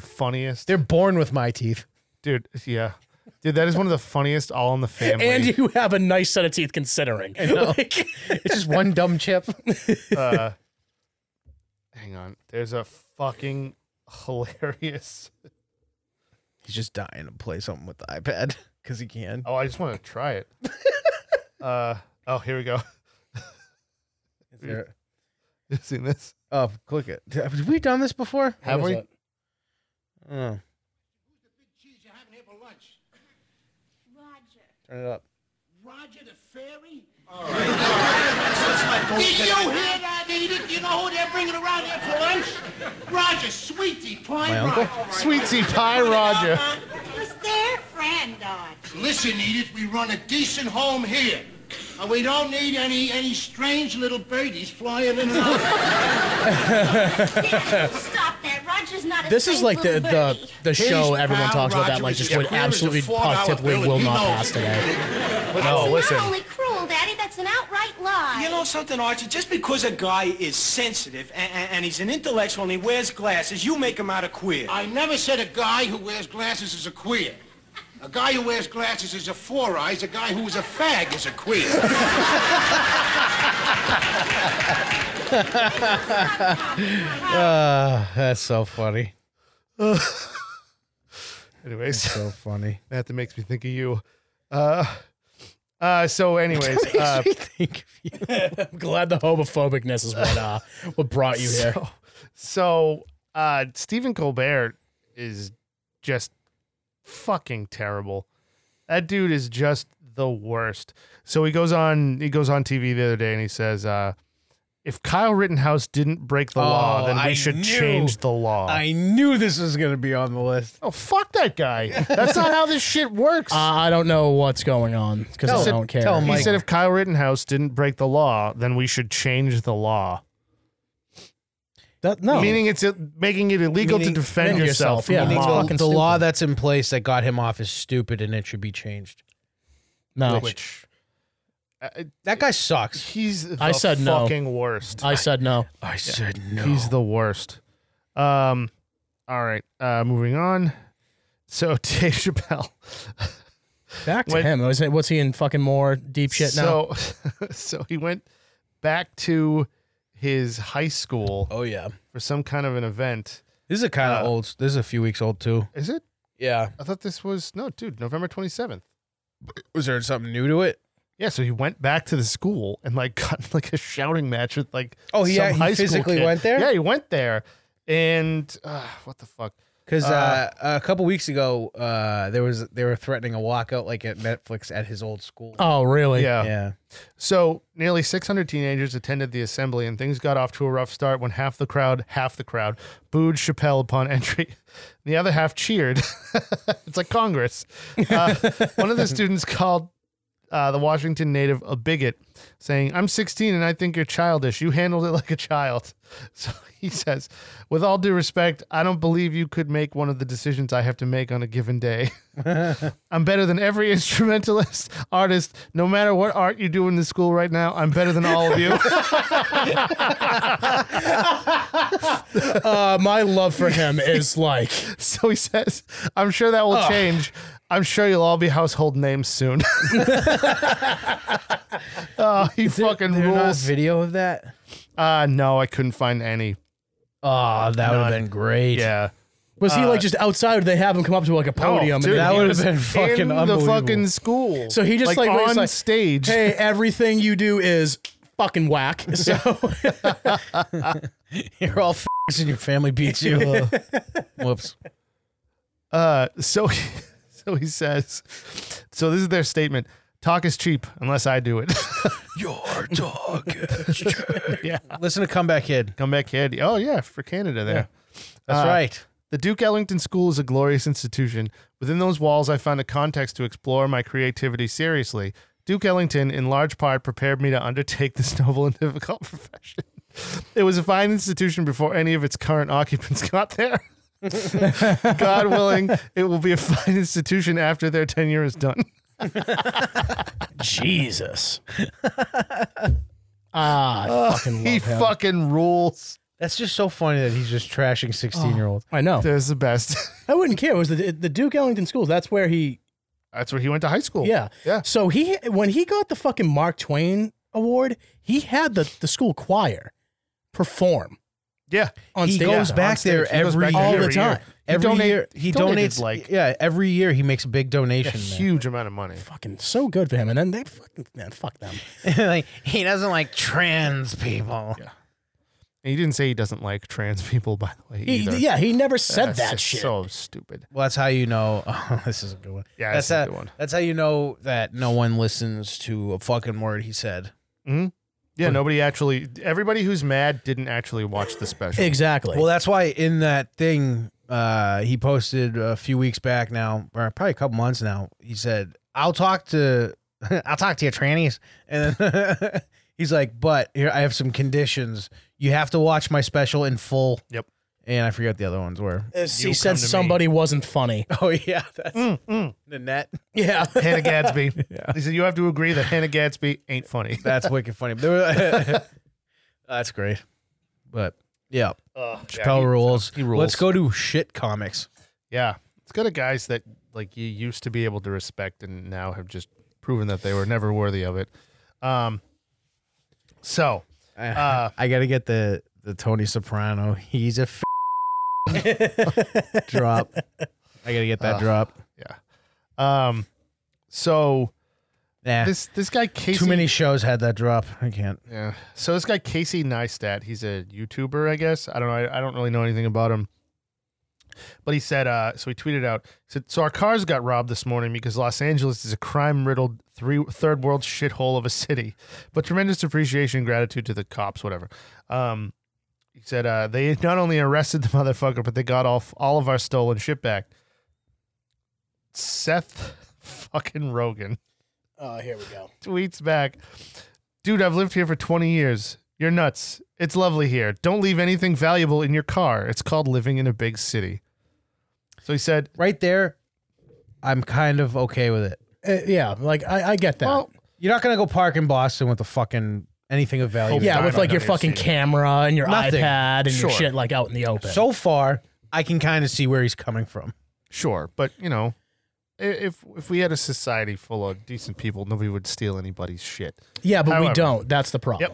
S4: funniest.
S3: They're born with my teeth.
S4: Dude, yeah. Dude, that is one of the funniest all in the family.
S1: And you have a nice set of teeth considering. Like,
S3: It's just one dumb chip.
S4: uh, hang on. There's a fucking hilarious.
S3: He's just dying to play something with the iPad because he can.
S4: Oh, I just want to try it. Uh, oh, here we go.
S3: Is there-
S4: You seen this?
S3: oh, click it. Have we done this before?
S4: Have we?
S3: Oh,
S9: Roger.
S3: turn it up.
S9: Roger the fairy? Did you hear that, Edith? You know who they're bringing around here for lunch? Roger, sweetie, prime
S3: My
S9: Roger.
S4: Sweetie Pie Roger.
S9: It was their friend, Archie. Listen, Edith, we run a decent home here. And we don't need any any strange little birdies flying in and out.
S7: Stop that. Roger's not a
S1: This is like the,
S7: strange little
S1: the
S7: birdie.
S1: the show
S9: He's
S1: everyone
S9: proud
S1: talks about that
S9: Roger
S1: like
S9: is
S1: just
S9: as
S1: would
S9: clear as a
S1: absolutely
S9: $4
S1: positively
S9: bill, and
S1: will
S9: he
S1: not
S9: knows
S1: pass
S9: it.
S1: today.
S4: No, listen.
S7: Not only cruel, Daddy, that's an outright lie.
S11: You know something, Archie? Just because a guy is sensitive and, and, and he's an intellectual and he wears glasses, you make him out of queer.
S9: I never said a guy who wears glasses is a queer. A guy who wears glasses is a four eyes. A guy who is a fag is a queer.
S3: Uh, that's so funny.
S4: Anyways,
S3: So funny.
S4: that makes me think of you. Uh, uh, so, anyways, uh,
S3: think of you.
S1: I'm glad the homophobicness is what uh what brought you here.
S4: so, so uh, Stephen Colbert is just fucking terrible. That dude is just the worst. So he goes on, he goes on TV the other day and he says, uh, "If Kyle Rittenhouse didn't break the law,
S3: Oh,
S4: then we
S3: I
S4: should
S3: knew.
S4: change the law."
S3: I knew this was going to be on the list.
S4: oh fuck that guy! That's not how this shit works.
S1: Uh,
S3: Oh
S1: I don't know what's going on because I
S3: Tell-
S1: don't care.
S3: tell
S4: He
S3: Mike.
S4: said if Kyle Rittenhouse didn't break the law, then we should change the law.
S1: That- no,
S4: Meaning it's uh, making it illegal
S3: Meaning-
S4: to defend
S1: meaning yourself,
S4: yourself. from
S1: yeah.
S4: a
S1: Meaning
S4: mob.
S1: fucking
S3: the law
S1: stupid.
S3: that's in place that got him off is stupid and it should be changed.
S1: no.
S4: Which uh,
S3: That guy sucks.
S4: he's the
S1: I said no.
S4: fucking worst.
S1: I said no.
S3: I said no.
S4: He's the worst. Um, all right. Uh, moving on. So Dave Chappelle.
S1: Back to
S4: When-
S1: him. Was it, what's he in fucking more deep shit now?
S4: so so he went back to his high school
S3: oh yeah.
S4: for some kind of an event.
S3: This is a kind of
S4: Uh,
S3: old. This is a few weeks old too.
S4: Is it?
S3: Yeah.
S4: I thought this was no, dude. November twenty seventh.
S3: Was there something new to it?
S4: Yeah, so he went back to the school and like got in, like a shouting match with like
S3: Oh, he-
S4: some
S3: he
S4: high school
S3: physically
S4: kid.
S3: went there?
S4: Yeah, he went there, and uh, what the fuck?
S3: Because uh,
S12: Uh,
S3: a couple weeks ago, uh, there was they were threatening a walkout like at Netflix at his old school.
S1: Oh,
S4: Yeah.
S3: Yeah.
S4: So nearly 600 teenagers attended the assembly, and things got off to a rough start when half the crowd, half the crowd, booed Chappelle upon entry. The other half cheered. it's like Congress. Uh, one of the students called uh, the Washington native a bigot, saying, I'm 16 and I think you're childish. You handled it like a child. So he says, With all due respect, I don't believe you could make one of the decisions I have to make on a given day. I'm better than every instrumentalist, artist, no matter what art you do in the school right now. I'm better than all of you.
S1: uh, my love for him is like.
S4: So he says, I'm sure that will
S1: Ugh.
S4: change. I'm sure you'll all be household names soon. oh, he fucking
S3: there not
S4: rules.
S3: video of that?
S4: Uh, no, I couldn't find any.
S3: Oh, that would have
S4: None.
S3: been great.
S4: Yeah.
S1: Was he
S4: Uh,
S1: like just outside? Or did they have him come up to like a podium?
S4: dude,
S1: and
S4: he was in the fucking school.
S1: So he just like,
S4: on
S1: was like,
S4: stage.
S1: Hey, everything you do is fucking whack. So
S3: You're all f***s and your family beats you. Whoops.
S4: Uh, so, so he says. So this is their statement: "Talk is cheap unless I do it."
S3: Your dog.
S4: yeah.
S3: Listen to Comeback Kid.
S4: Comeback Kid. Oh yeah, for Canada there.
S3: That's right.
S4: The Duke Ellington School is a glorious institution. Within those walls, I found a context to explore my creativity seriously. Duke Ellington, in large part, prepared me to undertake this noble and difficult profession. It was a fine institution before any of its current occupants got there. God willing, it will be a fine institution after their tenure is done.
S1: Jesus. ah, I fucking love
S4: Uh, he
S3: him.
S4: fucking rules.
S3: That's just so funny that he's just trashing 16 year olds.
S1: I know.
S4: There's the best.
S1: I wouldn't care. It was the the Duke Ellington School. That's where he.
S4: That's where he went to high school.
S1: Yeah. Yeah. So he when he got the fucking Mark Twain award, he had the the school choir perform.
S4: Yeah.
S1: On
S3: he
S1: stage.
S3: goes
S1: Yeah, on
S3: back
S1: stage.
S3: there
S1: He goes
S3: every
S1: back
S3: year.
S1: there every year. He
S3: Every
S1: donate-
S3: year he
S1: donated,
S3: donates
S1: like-
S3: like yeah. Every year he makes a big donation. man.
S4: Huge amount of money.
S1: Fucking so good for him. And then they fucking man, fuck them.
S3: like he doesn't like trans people.
S4: And he didn't say he doesn't like trans people, by the way.
S3: He-
S4: either.
S3: yeah, he never said
S4: That's
S3: that
S4: just
S3: shit.
S4: So stupid.
S3: Well, that's how you know. Oh, this is a good one.
S4: Yeah,
S3: that's
S4: this is a
S3: how,
S4: good one.
S3: That's how you know that no one listens to a fucking word he said.
S4: hmm Yeah, nobody actually. Everybody who's mad didn't actually watch the special.
S3: Well, that's why in that thing uh, he posted a few weeks back now, or probably a couple months now, he said, "I'll talk to, I'll talk to your trannies," and then he's like, "But here I have some conditions. You have to watch my special in full."
S4: Yep.
S3: And I forget the other ones were.
S1: he said somebody wasn't funny.
S3: Oh yeah, that's
S4: Mm,
S3: Nanette.
S1: Yeah,
S4: Hannah Gadsby. He said you have to agree that Hannah Gadsby ain't funny.
S3: That's wicked funny. There were- that's great. But yeah,
S4: Ugh, yeah,
S3: Chappelle
S4: he-
S3: rules.
S4: he rules.
S3: Let's go to shit comics.
S4: Yeah, it's got a guys that like you used to be able to respect and now have just proven that they were never worthy of it. Um, so
S3: Eh.
S4: uh,
S3: I gotta get the the Tony Soprano. He's a f- drop. I gotta get that
S4: Uh,
S3: drop.
S4: Yeah. Um. So
S3: Nah.
S4: this this guy Casey
S3: Too many shows had that drop. I can't.
S4: Yeah. So this guy Casey Neistat, he's a YouTuber, I guess. I don't know. I, I don't really know anything about him. But he said, uh, so he tweeted out, he said, so our cars got robbed this morning because Los Angeles is a crime-riddled three third world shithole of a city. But tremendous appreciation, and gratitude to the cops, whatever. Um, he said uh, they not only arrested the motherfucker, but they got all all of our stolen shit back. Seth fucking Rogan
S1: Oh, here we go.
S4: tweets back, dude, I've lived here for 20 years. You're nuts. It's lovely here. Don't leave anything valuable in your car. It's called living in a big city. So he said,
S3: right there, I'm kind of okay with it.
S1: Uh, yeah, like I, I get that.
S3: You're not gonna go park in Boston with a fucking anything of value.
S1: yeah, with like your fucking camera and your
S3: Nothing.
S1: iPad and
S3: Sure.
S1: your shit like out in the open.
S3: So far, I can kind of see where he's coming from.
S4: Sure, but you know, i- if if we had a society full of decent people, nobody would steal anybody's shit.
S1: yeah, but we
S4: However-
S1: don't. That's the problem.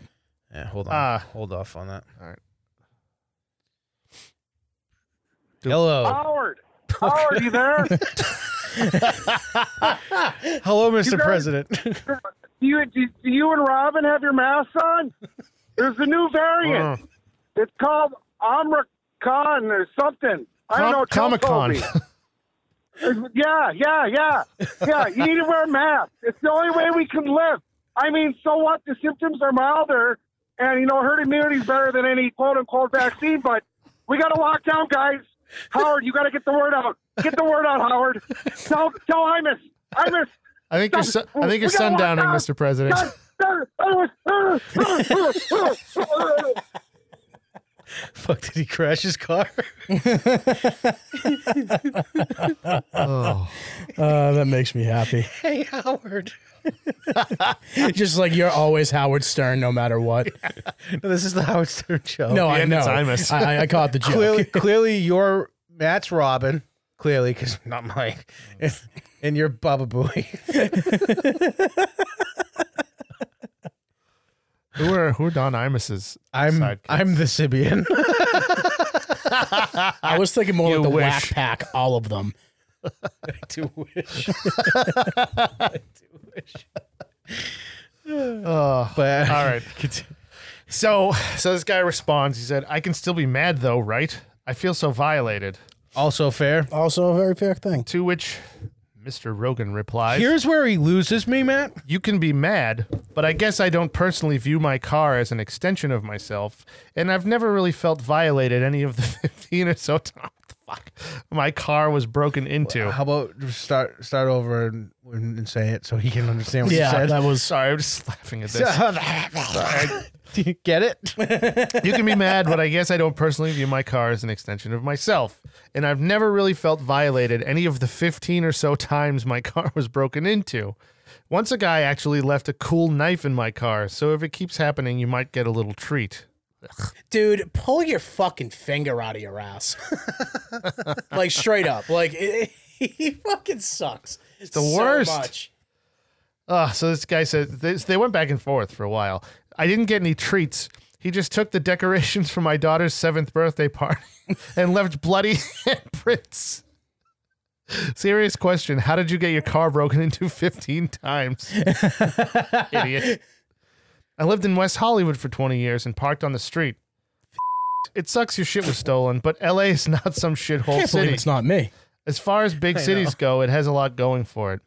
S3: Yeah, hold on.
S4: Ah.
S3: hold off on that.
S4: All right.
S3: Hello.
S13: Howard. Howard, you there? Oh,
S3: Hello, Mr.
S13: You guys-
S3: President.
S13: Do you, do, do you and Robin have your masks on?
S3: Uh.
S13: There's a new variant. It's called Omicron or something. I don't know.
S4: Com- Comic-Con.
S13: Comic-Con. yeah, yeah, yeah, yeah. You need to wear a mask. It's the only way we can live. I mean, so what? The symptoms are milder, and you know, herd immunity is better than any quote-unquote vaccine. But we got to lock down, guys. Howard, you got to get the word out. Get the word out, Howard. Tell, tell Imus. Imus.
S4: I think you're su- I think you're sundowning, Mr. President.
S3: Fuck, did he crash his car?
S1: oh, uh, that makes me happy.
S3: hey, Howard.
S1: Just like you're always Howard Stern, no matter what.
S3: No, this is the Howard Stern show.
S1: No, I
S3: And
S1: know.
S3: it's Imus.
S1: I, I- I caught the joke.
S3: Clearly, clearly you're Matt's Robin. Clearly, because not mine. And, and you're Baba Booey.
S4: Who are who are Don Imus's?
S3: I'm I'm the Sibian.
S1: I was thinking more
S4: You
S1: like the
S4: wish.
S1: Whack Pack, all of them.
S3: I do wish.
S1: I
S3: do wish. but
S4: all right. So so this guy responds. He said, "I can still be mad though, right? I feel so violated."
S3: Also fair.
S12: Also a very fair thing.
S4: To which Mr. Rogan replies,
S3: "Here's where he loses me, Matt.
S4: You can be mad, but I guess I don't personally view my car as an extension of myself, and I've never really felt violated any of the 15 or so times." Fuck. My car was broken into.
S3: How about just start start over and, and say it so he can understand what
S4: Yeah,
S3: you said?
S4: that was- Sorry, I'm just laughing at this.
S3: Do you get it?
S4: you can be mad, but I guess I don't personally view my car as an extension of myself. And I've never really felt violated any of the 15 or so times my car was broken into. Once a guy actually left a cool knife in my car, so if it keeps happening, you might get a little treat.
S1: Dude, pull your fucking finger out of your ass. like straight up. Like it, he fucking sucks. It's
S4: the worst. Ah, so this guy says this, they went back and forth for a while. I didn't get any treats. He just took the decorations from my daughter's seventh birthday party and left bloody handprints. Serious question: How did you get your car broken into fifteen times? Idiot. I lived in West Hollywood for twenty years and parked on the street. It sucks your shit was stolen, but LA is not some shithole
S1: Can't believe
S4: city.
S1: it's not me.
S4: As far as big
S1: I know.
S4: cities go, it has a lot going for it.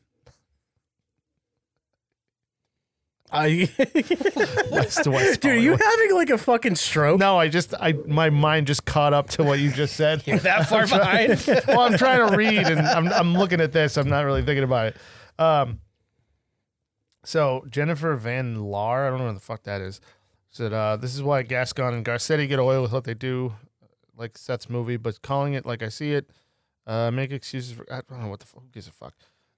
S1: I
S4: West to West.
S1: Dude, are you having like a fucking stroke?
S4: No, I just I my mind just caught up to what you just said.
S3: that far
S4: I'm trying-
S3: behind?
S4: well, I'm trying to read and I'm I'm looking at this. I'm not really thinking about it. Um so Jennifer Van Laar, I don't know what the fuck that is, said uh, this is why Gascon and Garcetti get away with what they do, like Seth's movie, but calling it like I see it, uh, make excuses for I don't know what the fuck, who gives a fuck.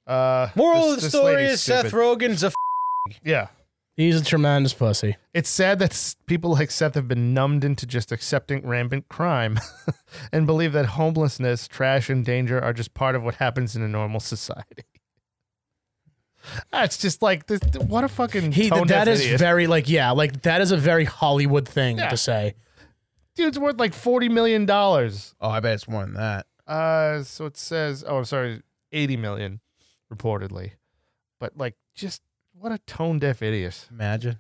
S4: Uh,
S3: Moral of
S4: this-
S3: the
S4: this
S3: story
S4: lady's
S3: is Seth
S4: stupid.
S3: Rogen's a. F-
S4: Yeah.
S1: He's a tremendous pussy.
S4: It's sad that s- people like Seth have been numbed into just accepting rampant crime and believe that homelessness, trash, and danger are just part of what happens in a normal society. Ah, It's just like this. What a fucking
S1: He
S4: tone
S1: that is
S4: idiot.
S1: very like yeah, like that is a very Hollywood thing
S4: Yeah.
S1: to say.
S4: dude's worth like forty million dollars.
S3: Oh, I bet it's more than that.
S4: Uh, so it says. Oh, I'm sorry, eighty million reportedly, but like just what a tone deaf idiot.
S3: Imagine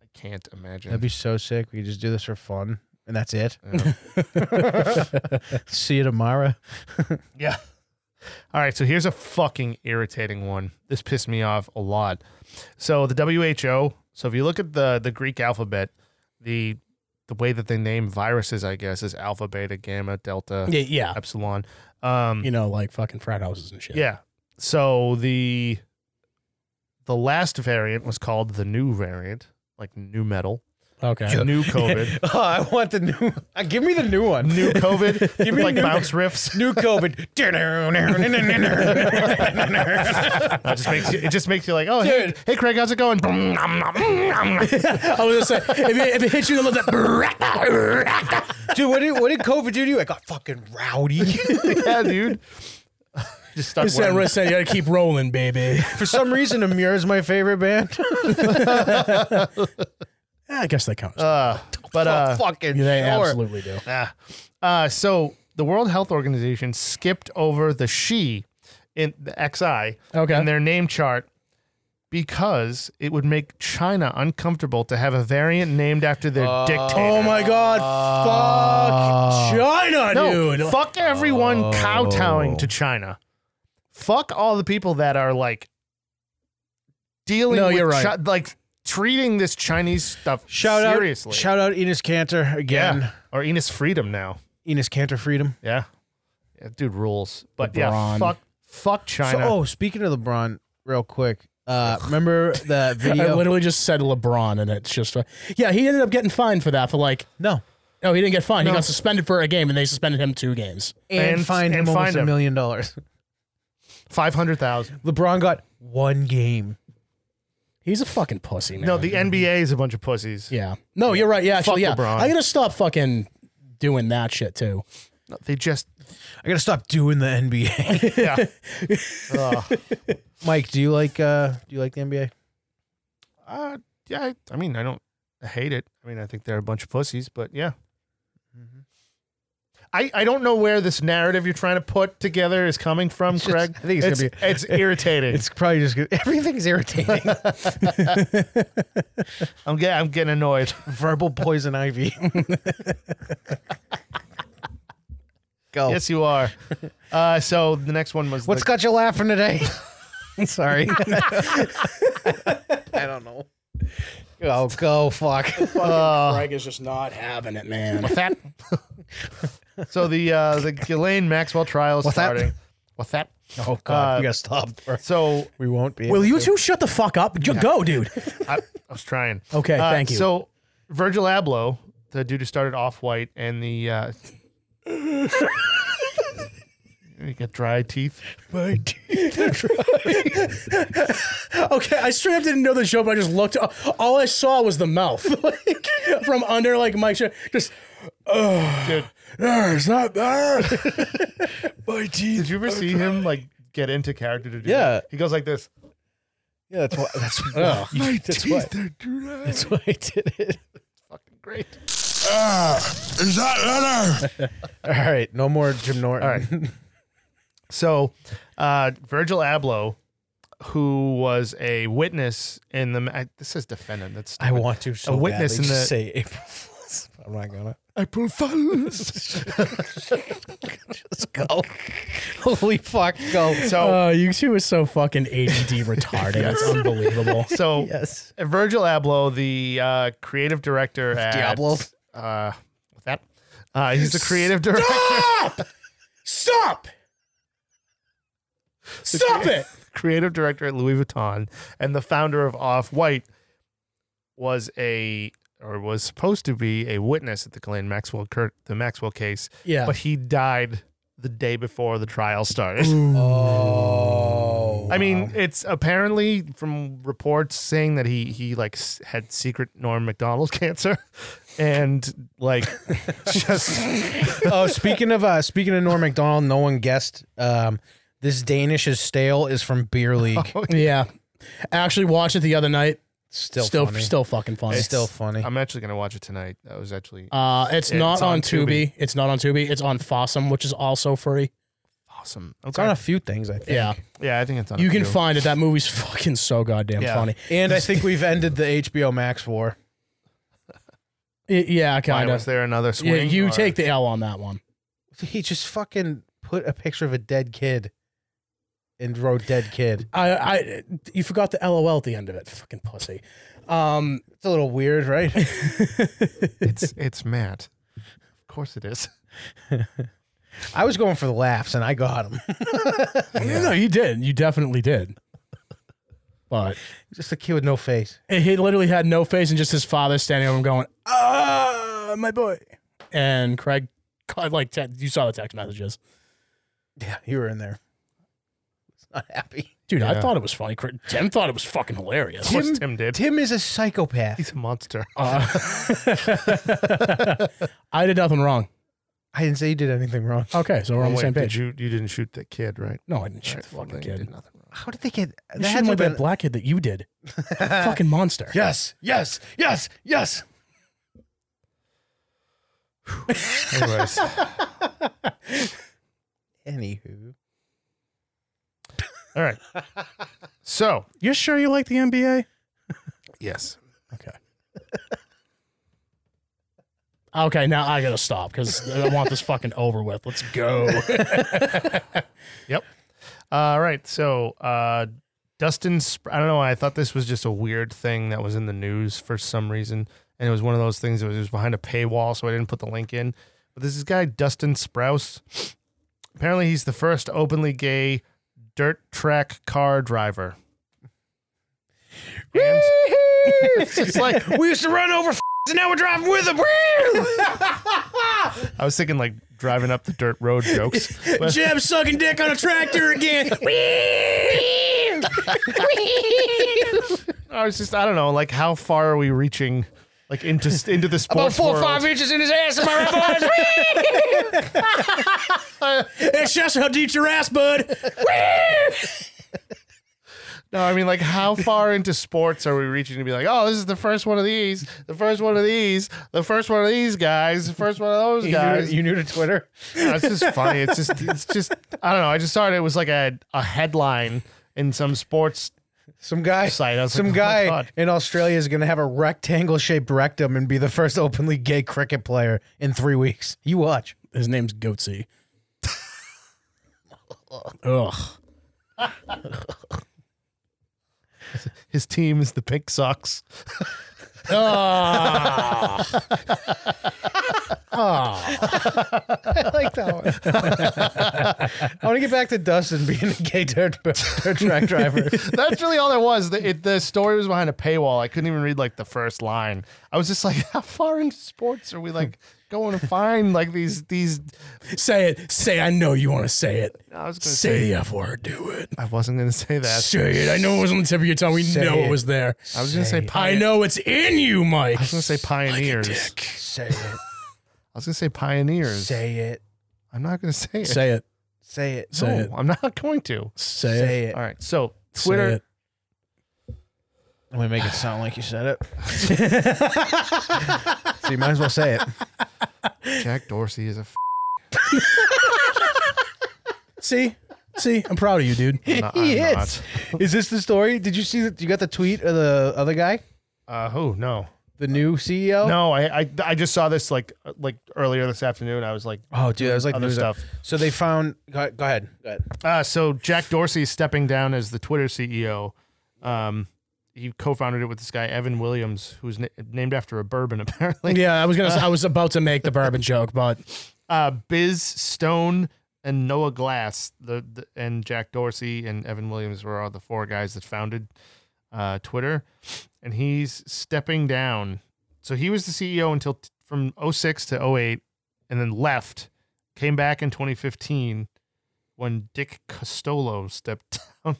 S4: I can't imagine.
S3: that'd be so sick. We could just do this for fun, and that's it. See you tomorrow.
S4: Yeah. All right, so here's a fucking irritating one. This pissed me off a lot. So the WHO, so if you look at the the Greek alphabet, the the way that they name viruses, I guess, is alpha, beta, gamma, delta,
S1: Yeah, yeah.
S4: epsilon. Um
S1: You know, like fucking frat houses and shit.
S4: yeah. So the the last variant was called the new variant, like new metal.
S1: Okay.
S4: New COVID.
S3: oh, I want the new. Uh, give me the new one.
S4: New COVID.
S3: give me
S4: like
S3: new,
S4: bounce riffs.
S3: New COVID.
S4: It just makes you, it just makes you like, oh, hey, hey, Craig, how's it going?
S1: I was gonna say if it, if it hits you in the left,
S3: Dude, what did what did COVID do to you? I got fucking rowdy.
S4: yeah, dude. Just start
S1: it's that
S4: wearing-
S1: wrist, you gotta keep rolling, baby.
S3: For some reason, Amir is my favorite band.
S1: Yeah, Eh, I guess that counts.
S4: Uh, but uh,
S3: fucking
S1: they
S3: sure.
S1: absolutely do.
S4: ah. Uh, so the World Health Organization skipped over the she in the XI
S1: Okay.
S4: in their name chart because it would make China uncomfortable to have a variant named after their dictator.
S1: Oh my
S3: Uh,
S1: God! Fuck China,
S4: no,
S1: dude.
S4: Fuck everyone kowtowing
S3: Oh.
S4: to China. Fuck all the people that are like dealing
S3: No,
S4: with
S3: you're right.
S4: Chi- like treating this Chinese stuff
S3: Shout out-
S4: seriously.
S3: shout out Enos Cantor again.
S4: Yeah. Or Enos Freedom now.
S3: Enos Cantor Freedom.
S4: Yeah. yeah dude rules. But yeah,
S3: LeBron.
S4: fuck fuck China.
S3: So, oh, speaking of LeBron, real quick, uh, remember that video?
S1: I literally just said LeBron, and it's just uh, yeah. He ended up getting fined for that for like
S3: no,
S1: no, he didn't get fined.
S3: No.
S1: He got suspended for a game, and they suspended him two games.
S3: and, find him almost a million dollars.
S4: Five hundred thousand.
S3: LeBron got one game.
S1: He's a fucking pussy, man.
S4: No, the NBA is a bunch of pussies.
S1: Yeah. No, you're right. Yeah, actually,
S4: Fuck
S1: yeah.
S4: LeBron.
S1: I'm gonna stop fucking doing that shit too.
S4: they just.
S3: I gotta stop doing the NBA. Mike, do you like uh, do you like the NBA?
S4: Uh, yeah, I, I mean, I don't hate it. I mean, I think they're a bunch of pussies, but yeah.
S3: Mm-hmm.
S4: I, I don't know where this narrative you're trying to put together is coming from, Craig.
S3: I think it's gonna be-
S4: it's irritating.
S3: It's probably just good. everything's irritating.
S4: I'm getting I'm getting annoyed.
S3: Verbal poison ivy. Go.
S4: Yes, you are. Uh, so the next one was
S3: What's
S4: the-
S3: got you laughing today? Sorry. I don't know. Oh, go fuck.
S4: Uh,
S1: Greg is just not having it, man.
S4: What's that? so the uh, the Ghislaine Maxwell trial is
S3: What's that?
S4: starting. What's that?
S3: Oh god,
S4: Uh,
S3: we gotta stop. or
S4: So
S3: We won't be.
S1: Will
S3: able
S1: you
S3: to.
S1: two shut the fuck up? Ju- Go, dude.
S4: I, I was trying.
S1: Okay,
S4: Uh,
S1: thank you.
S4: So Virgil Abloh, the dude who started Off White, and the uh, you got dry teeth.
S1: okay, I straight up didn't know the show, but I just looked. All I saw was the mouth, like from under, like Mike's shirt, just. Oh,
S4: Dude,
S1: it's not there.
S4: my teeth. Did you ever see him like get into character to do?
S3: Yeah.
S4: that? he goes like this.
S3: Yeah, that's why. That's
S1: Ugh.
S3: you- that's why. That's why I did it.
S4: Fucking great.
S6: is that better?
S3: All right, no more Jim Norton.
S4: All right. So, uh, Virgil Abloh, who was a witness in the I, this is defendant. That's
S3: I want to so
S4: a witness
S3: badly
S4: in
S3: just
S4: the
S3: say April Fools. I'm not gonna.
S4: April Fools.
S3: Just go. Holy fuck, go.
S4: So,
S1: Oh, you two is so fucking ADD retarded. It's unbelievable.
S4: so
S3: yes.
S4: Virgil Abloh, the uh, creative director at
S3: Diablo.
S4: Uh, with that, uh, he's the creative director,
S1: Stop! Stop it!
S4: creative director at Louis Vuitton, and the founder of Off White was a or was supposed to be a witness at the Glenn Maxwell Kurt the Maxwell case,
S1: Yeah.
S4: but he died the day before the trial started.
S3: Oh.
S4: I mean, it's apparently from reports saying that he he like s- had secret Norm Macdonald cancer, and like just
S3: oh, speaking of uh, speaking of Norm Macdonald, no one guessed. Um, this Danish is stale is from Beer League.
S1: Yeah. I actually watched it the other night.
S3: Still,
S1: still,
S3: funny.
S1: still fucking funny.
S3: It's still funny.
S4: I'm actually gonna watch it tonight. That was actually
S1: Uh, it's
S4: It's
S1: not
S4: on
S1: on, Tubi. It's not on Tubi. It's on Fossum, which is also free.
S4: awesome.
S3: It's on a few things, I think.
S1: Yeah,
S4: yeah, I think it's on.
S1: you can
S4: Hulu.
S1: find it. That movie's fucking so goddamn
S4: Yeah.
S1: funny.
S3: And I think we've ended the HBO Max war.
S1: Y- yeah,
S4: Why
S1: kind
S4: was
S1: of.
S4: there another
S1: Yeah,
S4: swing?
S1: you
S4: or-
S1: take the L on that one.
S3: He just fucking put a picture of a dead kid and wrote dead kid.
S1: I, I, you forgot the LOL at the end of it. Fucking pussy. Um,
S3: It's a little weird, right?
S4: It's it's Matt. Of course it is.
S3: I was going for the laughs and I got him.
S1: No, you did. You definitely did. But
S3: Just a kid with no face.
S1: he literally had no face and just his father standing over him going, "Ah, my boy." And Craig, called, like te- you saw the text messages.
S3: Yeah, you were in there. It's not happy.
S1: Dude, I
S4: Yeah.
S1: thought it was funny. Cra- Tim thought it was fucking hilarious.
S4: Of course Tim did.
S3: Tim is a psychopath.
S4: He's a monster.
S1: Uh, I did nothing wrong.
S3: I didn't say you did anything wrong.
S1: Okay, so we're on the
S4: Wait,
S1: Oh, same
S4: did
S1: page.
S4: You you didn't shoot that kid, right?
S1: no, I didn't shoot
S4: Right,
S1: the
S4: well,
S1: fucking
S4: then you
S1: kid.
S4: did nothing wrong.
S3: How did they get
S1: You
S3: that had
S1: shouldn't
S3: to
S1: like
S3: have
S1: that black kid that you did.
S4: Uh,
S1: fucking monster.
S3: Yes, yes, yes, yes.
S4: Anyways,
S3: Anywho.
S4: All right. So
S1: you sure you like the NBA?
S4: Yes.
S1: Okay, now I gotta stop because I want this fucking over with. Let's go.
S4: yep. All right. So uh, Dustin, Sp- I don't know. I thought this was just a weird thing that was in the news for some reason, and it was one of those things that was, it was behind a paywall, so I didn't put the link in. But this is guy Dustin Sprouse. Apparently, he's the first openly gay dirt track car driver. And- it's just like
S3: we used to run over and now we're driving with them.
S4: I was thinking, like driving up the dirt road jokes. But-
S3: Jeb sucking dick on a tractor again.
S4: I was just I don't know like how far are we reaching like into into the
S3: About
S4: sports
S3: four or
S4: world?
S3: five inches in his ass, am I right, boys? it's just how deep's your ass, bud.
S4: No, I mean like how far into sports are we reaching to be like oh this is the first one of these the first one of these the first one of these guys the first one of those guys
S3: Uh, you new to Twitter?
S4: No, it's just funny it's just it's just I don't know I just saw it it was like a a headline in some sports
S3: some guy
S4: site I was
S3: Some
S4: like, oh my
S3: guy
S4: God.
S3: in Australia is going to have a rectangle shaped rectum and be the first openly gay cricket player in three weeks. You watch.
S1: His name's Goatsy. Ugh.
S4: his team is the Pink Sox
S3: Ah. I like that one. I want to get back to Dustin being a gay dirt, dirt track driver.
S4: That's really all there was. The, it, the story was behind a paywall. I couldn't even read like the first line. I was just like, how far into sports are we like going to find like these these?
S1: Say it. Say I know you want to say it.
S4: I was gonna
S1: Say
S4: say-
S1: the F word. Do it.
S4: I wasn't gonna say that.
S1: Say it. I know it was on the tip of your tongue. We
S4: Say
S1: know it.
S4: it.
S1: was there.
S4: I was gonna say
S1: I
S4: pioneer-
S1: know it's in you, Mike.
S4: I was gonna say pioneers.
S3: Say it.
S4: I was gonna say pioneers.
S3: Say it.
S4: I'm not gonna say it.
S1: Say it.
S3: Say it.
S1: Say
S4: no,
S1: it.
S4: I'm not going to.
S1: Say, it.
S3: Say it.
S4: All right. So
S1: Say
S4: Twitter.
S1: it.
S3: I'm going to make it sound like you said it. so you might as well say it.
S4: Jack Dorsey is a. F-
S1: See, see, I'm proud of you, dude.
S4: I'm not. I'm
S3: He
S4: not.
S3: is. Is this the story? Did you see that? You got the tweet of the other guy,
S4: Uh, who? No.
S3: the new E CEO?
S4: No. I, I I just saw this like uh, like earlier this afternoon. I was like,
S3: Oh, dude, that was like
S4: Other
S3: news-
S4: stuff.
S3: So they found. Go, go ahead. Go ahead.
S4: Uh, so Jack Dorsey is stepping down as the Twitter CEO. Um, he co-founded it with this guy Evan Williams, who's na- named after a bourbon, apparently.
S1: Yeah, I was gonna. I was about to make the bourbon joke, but
S4: Uh, Biz Stone and Noah Glass, the, the and Jack Dorsey and Evan Williams were all the four guys that founded uh, Twitter, and he's stepping down. So he was the CEO until t- from 06 to 08, and then left. Came back in 2015 when Dick Costolo stepped down.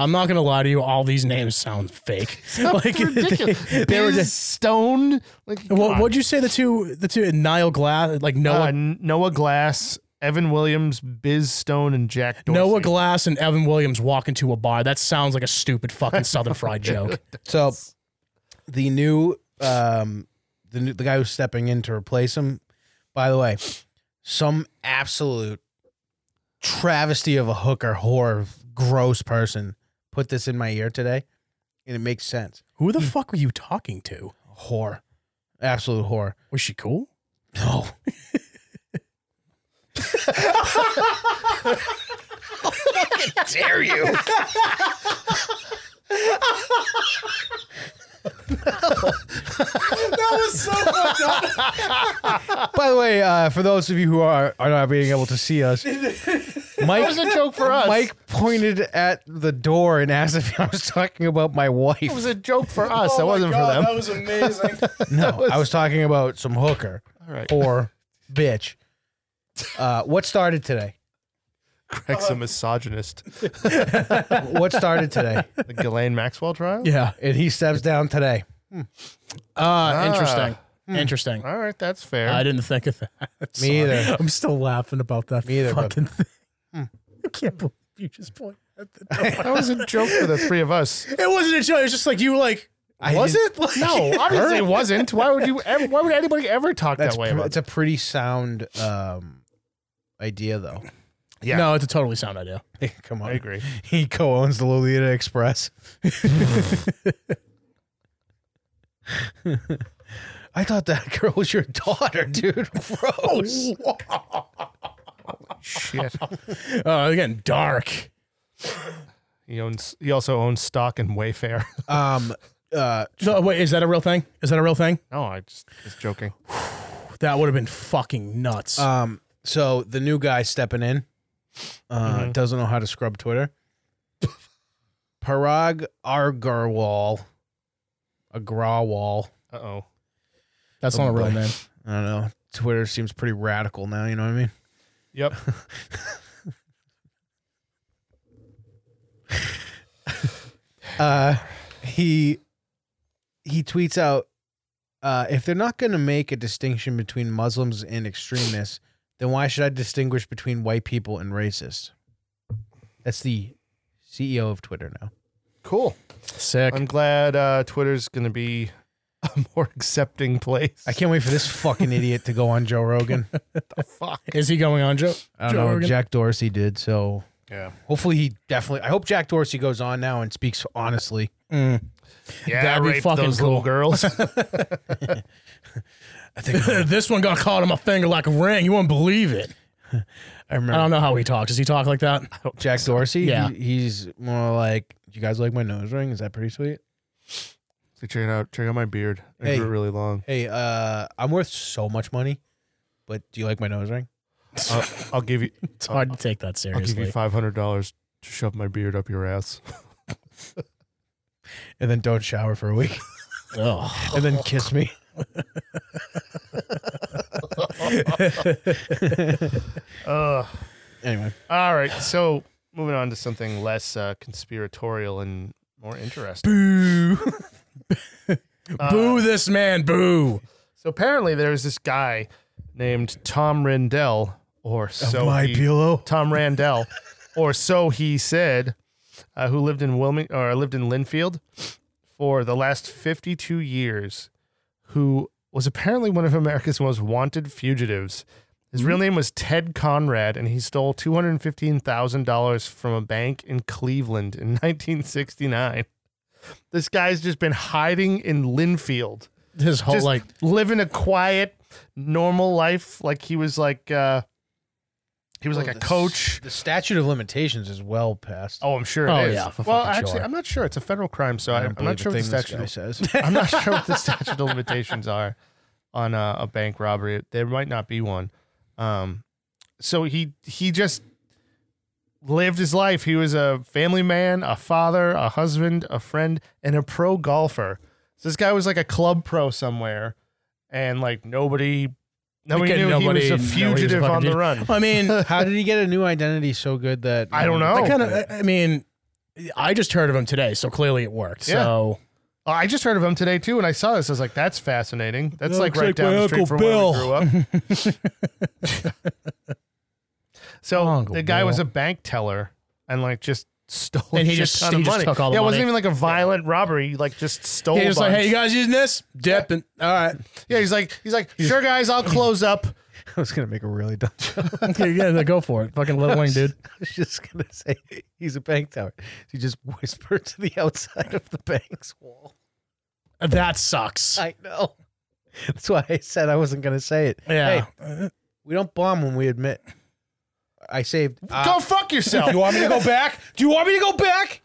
S1: I'm not gonna lie to you. All these names sound fake.
S4: like ridiculous.
S1: They, they were
S4: Biz
S1: just.
S4: Stone. Like
S1: What,
S4: God.
S1: what'd you say? The two, the two, Niall Glass, like
S4: Uh,
S1: Noah,
S4: N- Noah Glass, Evan Williams, Biz Stone, and Jack Dorsey.
S1: Noah Glass, and Evan Williams walk into a bar. That sounds like a stupid fucking Southern Fried joke.
S3: So the new, um, the new, the guy who's stepping in to replace him. By the way, some absolute travesty of a hooker, whore, gross person put this in my ear today, and it makes sense.
S1: Who the fuck were you talking to?
S3: Whore, absolute whore.
S1: Was she cool?
S3: No.
S6: dare you?
S3: By the way, uh, for those of you who are are not being able to see us, Mike
S4: That was a joke for us.
S3: Mike pointed at the door and asked if I was talking about my wife.
S4: It was a joke for
S1: Oh
S4: us. that wasn't for them.
S1: was amazing.
S3: no, I was talking about some hooker
S4: All right.
S3: or bitch. Uh, what started today?
S4: Greg's a misogynist.
S3: What started today?
S4: The Ghislaine Maxwell trial?
S1: yeah.
S3: And he steps down today.
S1: Uh, interesting. Hmm. Interesting.
S4: Ah, All right, that's fair.
S1: I didn't think of that.
S3: Me
S1: Sorry.
S3: either.
S1: I'm still laughing about that
S3: Me either, Hmm.
S1: fucking thing. I can't believe you just pointed at the door.
S4: that was a joke for the three of us.
S1: it wasn't a joke. It was just like you like.
S3: I
S1: was
S3: didn't-
S1: it? Like,
S4: No, obviously it wasn't. Why would you? ev- Why would anybody ever talk
S3: That's
S4: that way
S3: pre-
S4: about?
S3: it's a pretty sound um, idea, though.
S4: Yeah.
S1: No, it's a totally sound idea.
S3: Come on.
S4: I agree.
S3: He co owns the Lolita Express. I thought that girl was your daughter, dude. Gross.
S4: Shit.
S3: Uh,
S1: Oh, again, dark.
S4: He owns. He also owns stock in Wayfair.
S3: Um. Uh.
S1: No, wait, is that a real thing? Is that a real thing?
S4: No, I just was joking.
S1: That would have been fucking nuts.
S3: Um. So the new guy stepping in uh,
S4: Mhm.
S3: doesn't know how to scrub Twitter. Parag Agarwal, Agrawal.
S4: Uh oh.
S1: That's not a real
S3: boy.
S1: name.
S3: I don't know. Twitter seems pretty radical now. You know what I mean?
S4: Yep.
S3: uh, he he tweets out uh, if they're not going to make a distinction between Muslims and extremists, then why should I distinguish between white people and racists? That's the CEO of Twitter now.
S4: Cool.
S1: Sick.
S4: I'm glad uh, Twitter's gonna be a more accepting place.
S3: I can't wait for this fucking idiot to go on Joe Rogan.
S4: Fuck.
S1: Is he going on, Joe?
S3: I don't
S1: Joe
S3: know.
S1: Rogan?
S3: Jack Dorsey did so.
S4: Yeah.
S3: Hopefully he definitely. I hope Jack Dorsey goes on now and speaks honestly.
S1: Mm.
S4: Yeah.
S1: That'd be
S4: rape
S1: fucking
S4: those little
S1: cool.
S4: girls.
S3: I think
S1: this one got caught on my finger like a ring. You wouldn't believe it.
S3: I
S1: I
S3: remember.
S1: don't know how he talks. Does he talk like that?
S3: Jack Dorsey.
S1: Oh. Yeah.
S3: he- he's more like, "You guys like my nose ring? Is that pretty sweet?"
S4: So check it out. Check out my beard. I
S3: Hey.
S4: grew it really long.
S3: Hey, uh, I'm worth so much money, but do you like my nose ring?
S4: I'll, I'll give you.
S1: It's hard to take that
S4: I'll give you
S1: seriously.
S4: five hundred dollars to shove my beard up your ass.
S3: And then don't shower for a week,
S1: Oh.
S3: and then kiss me.
S4: Ugh.
S3: Anyway,
S4: All right. So moving on to something less uh, conspiratorial and more interesting.
S1: Boo.
S4: Uh,
S1: boo this man. Boo.
S4: So apparently there's this guy named Tom Rendell, or so he-
S3: pillow.
S4: Tom Randell, or so he said, uh, who lived in Wilming or lived in Linfield for the last 52 years, who was apparently one of America's most wanted fugitives. His real name was Ted Conrad, and he stole two hundred fifteen thousand dollars from a bank in Cleveland in 1969. This guy's just been hiding in Linfield
S1: His whole
S4: just
S1: like
S4: living a quiet, normal life. Like he was like uh he was like a coach.
S3: The statute of limitations is well past.
S4: Oh, I'm sure
S1: Oh,
S4: it is.
S1: yeah, for
S4: well,
S1: fucking
S4: actually,
S1: sure.
S4: I'm not sure. It's a federal crime, so I I, am not sure what the statute.
S3: this
S4: Of,
S3: guy says.
S4: I'm not sure what the statute of limitations are on uh, a, a bank robbery. There might not be one. Um, so he he just lived his life. He was a family man, a father, a husband, a friend, and a pro golfer. So this guy was like a club pro somewhere, and like nobody, nobody
S1: Again,
S4: knew
S1: nobody
S4: he
S1: knew
S4: was a fugitive
S1: fucking
S4: on the
S1: fugit-
S4: run.
S1: I mean,
S3: How did he get a new identity so good that
S4: I don't know.
S1: I kind of. I mean, I just heard of him today, so clearly it worked.
S4: Yeah.
S1: So
S4: Uh, I just heard of him today too, and I saw this. I was like, "That's fascinating. That's
S1: That
S4: like
S1: looks like
S4: right down
S1: my
S4: the street
S1: Uncle
S4: from
S1: Bill."
S4: where we grew up." So
S1: Uncle
S4: the guy was
S1: Bill.
S4: a bank teller and like just stole.
S1: And he
S4: a shit
S1: just-
S4: ton
S1: he
S4: of
S1: just
S4: money.
S1: took all the
S4: yeah, it wasn't
S1: money.
S4: even like a violent robbery. He like just stole.
S1: he
S4: a
S1: was like,
S4: bunch.
S1: "Hey, you guys using this? Dip and all right,
S4: yeah." He's like, he's like, "Sure, guys, I'll close up."
S3: I was gonna make a really dumb joke.
S1: okay, yeah, then go for it, fucking little wing, dude."
S3: I was just gonna say he's a bank teller. He just whispered to the outside of the bank's wall.
S1: That sucks.
S3: I know. That's why I said I wasn't gonna say it.
S1: Yeah.
S3: We don't bomb when we admit. I saved. Uh,
S4: go fuck yourself.
S3: you want me to go back? Do you want me to go back?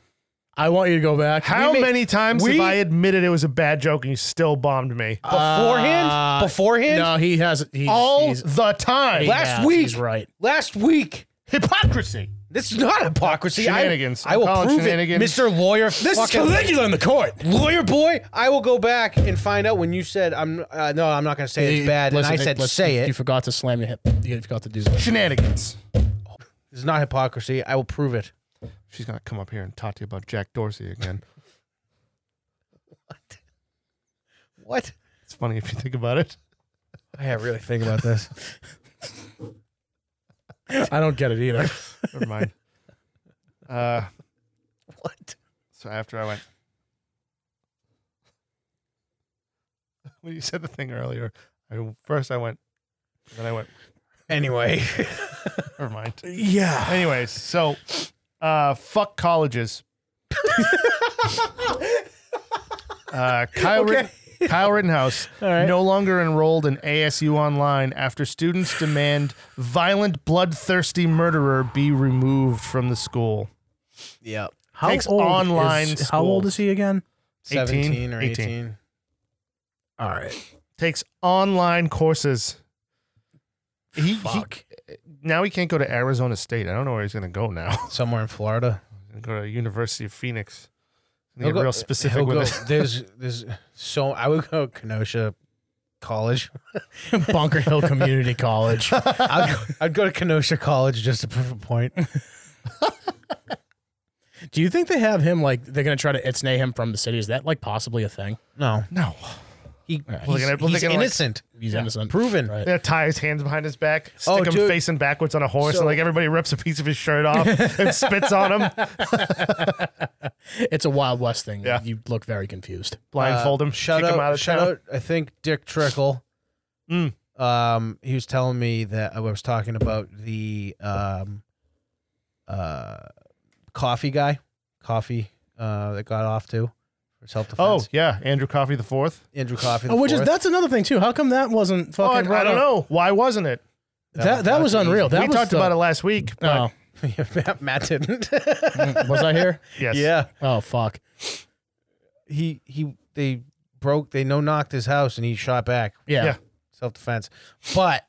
S1: I want you to go back.
S4: How
S3: we made-
S4: many times
S3: we-
S4: have I admitted it was a bad joke and you still bombed me?
S3: Beforehand?
S1: Uh,
S3: Beforehand?
S1: No, he has. He's,
S4: All
S1: he's,
S4: the time.
S1: he
S3: Last
S1: has,
S3: week-
S1: he's right.
S3: Last week.
S4: hypocrisy.
S3: This is not hypocrisy. I-
S4: Shenanigans.
S3: I,
S4: I'm
S3: will
S4: calling
S3: prove it,
S4: shenanigans.
S3: Mr. Lawyer.
S1: This is
S3: fucking-
S1: Caligula in the court.
S3: Lawyer boy, I will go back and find out when you said I'm. Uh, no, I'm not going to say it's bad.
S1: Listen,
S3: and I said
S1: listen,
S3: say
S1: You
S3: it.
S1: forgot to slam your hip. You forgot to do that.
S4: Shenanigans.
S3: This is not hypocrisy. I will prove it.
S4: She's gonna come up here and talk to you about Jack Dorsey again.
S3: What?
S4: it's funny if you think about it.
S3: I have really think about this.
S1: I don't get it either.
S4: Never mind. Uh,
S3: what?
S4: so after I went, when you said the thing earlier, I, first I went, then I went,
S3: Anyway.
S4: Never mind.
S1: Yeah.
S4: Anyways, so uh, fuck colleges. uh, Kyle, Rit- Kyle Rittenhouse no longer enrolled in ASU online after students demand violent, bloodthirsty murderer be removed from the school.
S3: Yep.
S4: How Takes old online is-
S1: how old
S4: school.
S1: is he again?
S3: 17 or 18.
S1: All right.
S4: Takes online courses. He,
S1: Fuck.
S4: he now he can't go to Arizona State. I don't know where he's gonna go now.
S3: Somewhere in Florida.
S4: go to University of Phoenix. Get
S3: He'll go-
S4: real specific
S3: he'll
S4: with
S3: go-
S4: it.
S3: There's, there's so I would go Kenosha College.
S1: Bunker Hill Community College.
S3: I'd, go- I'd go to Kenosha College just to prove a point.
S1: Do you think they have him like they're gonna try to itsnay him from the city? Is that like possibly a thing?
S3: No,
S4: No.
S3: he,
S4: Well,
S3: he's,
S4: they're gonna-
S3: he's
S4: they're gonna, like-
S3: innocent.
S1: He's innocent.
S3: proven.
S1: Right.
S4: Yeah, tie his hands behind his back, stick
S3: Oh,
S4: him
S3: dude.
S4: facing backwards on a horse,
S3: So-
S4: and like everybody rips a piece of his shirt off and spits on him,
S1: It's a Wild West thing.
S4: Yeah.
S1: You look very confused.
S4: blindfold him,
S3: Uh, Shout
S4: kick
S3: out,
S4: him out of
S3: shout
S4: town.
S3: out. I think Dick Trickle.
S4: Mm.
S3: Um, he was telling me that I was talking about the um, uh, coffee guy, coffee uh, that got off to for self
S4: Oh
S3: defense.
S4: yeah, Andrew Coffey the fourth.
S3: Andrew Coffee.
S1: Oh, which is that's another thing too. How come that wasn't
S4: Oh, I,
S1: fucking?
S4: I don't know why wasn't it.
S1: That that, was unreal. That
S4: we
S1: was
S4: talked
S1: the-
S4: about it last week. but-
S1: Oh,
S3: know. Matt didn't.
S1: was I here?
S4: yes.
S3: Yeah,
S1: Oh fuck.
S3: he he they broke they no knocked his house and he shot back
S1: Yeah.
S4: Yeah.
S3: self defense. But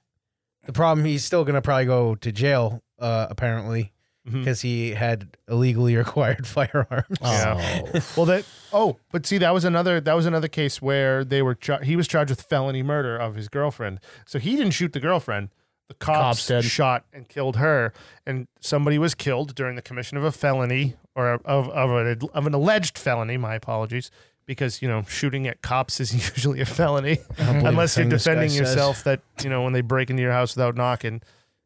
S3: the problem he's still gonna probably go to jail uh, apparently
S4: Mhm.
S3: because he had illegally acquired firearms.
S1: Oh.
S4: Well, that. Oh, but see, that was another. That was another case where they were. Char- he was charged with felony murder of his girlfriend. So he didn't shoot the girlfriend. The cops,
S1: Cops did.
S4: shot and killed her, and somebody was killed during the commission of a felony or of of an, of an alleged felony. My apologies, because you know shooting at cops is usually a felony
S3: believe
S4: unless
S3: a
S4: you're
S3: thing this guy
S4: defending
S3: says.
S4: yourself. That you know when they break into your house without knocking,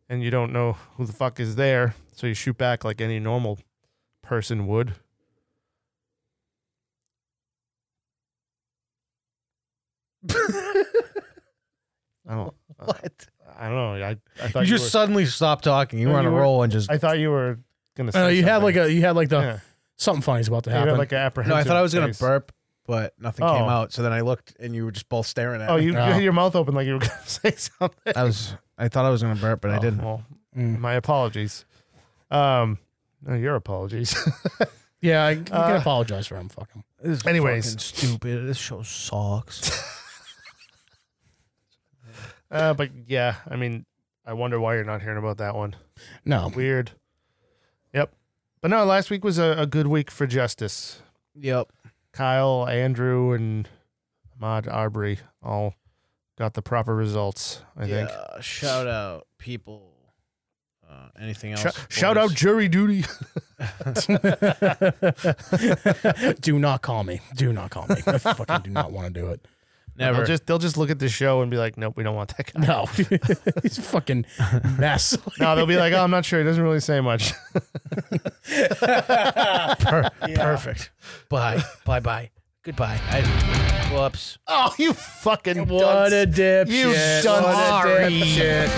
S4: and you don't know who the fuck is there, so you shoot back like any normal person would. I don't.
S3: What?
S4: I don't know. I, I
S3: You
S4: thought you,
S3: just
S4: were,
S3: suddenly stopped talking. You
S4: No,
S3: were on
S4: you
S3: a
S4: were-
S3: roll and just.
S4: I thought you were gonna. Say
S3: Uh,
S1: I know Uh, you had like
S4: something.
S1: a you had like the
S4: Yeah.
S1: something funny's about to
S4: You had
S1: happen.
S4: like an apprehensive.
S3: no, I thought I was gonna
S4: face.
S3: burp, but nothing
S4: Oh.
S3: came out. So then I looked and you were just both staring at
S4: Oh,
S3: me.
S4: you, you
S1: No.
S4: had your mouth open like you were gonna say something.
S3: I was. I thought I was gonna burp, but I
S4: Oh,
S3: didn't.
S4: Well,
S1: Mm.
S4: my apologies. Um, no, your apologies.
S1: yeah, I, you can
S4: Uh,
S1: apologize for him. Fuck him.
S3: This is
S4: Anyways.
S3: fucking stupid. This show sucks.
S4: uh, but yeah, I mean, I wonder why you're not hearing about that one.
S1: No.
S4: Weird. Yep. But no, last week was a, a good week for justice.
S3: yep.
S4: Kyle, Andrew, and Ahmad Arbery all got the proper results. I think.
S3: Yeah, shout out people. Uh, anything else?
S4: Sh- shout out
S3: boys?
S4: jury duty.
S1: do not call me. Do not call me. I fucking do not want to do it.
S3: Never.
S4: They'll just they'll just look at the show and be like, nope, we don't want that guy.
S1: No. He's a fucking mess.
S4: No, they'll be like, oh, I'm not sure. It doesn't really say much.
S3: Per- Perfect. Bye. bye. Bye. Goodbye. I, whoops.
S4: oh, you fucking
S1: What a dipshit.
S4: You dunce.
S1: What a
S4: Sorry.
S1: dipshit.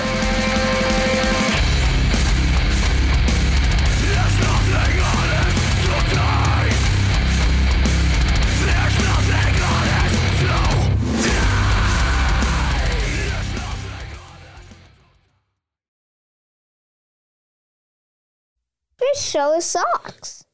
S7: This show sucks.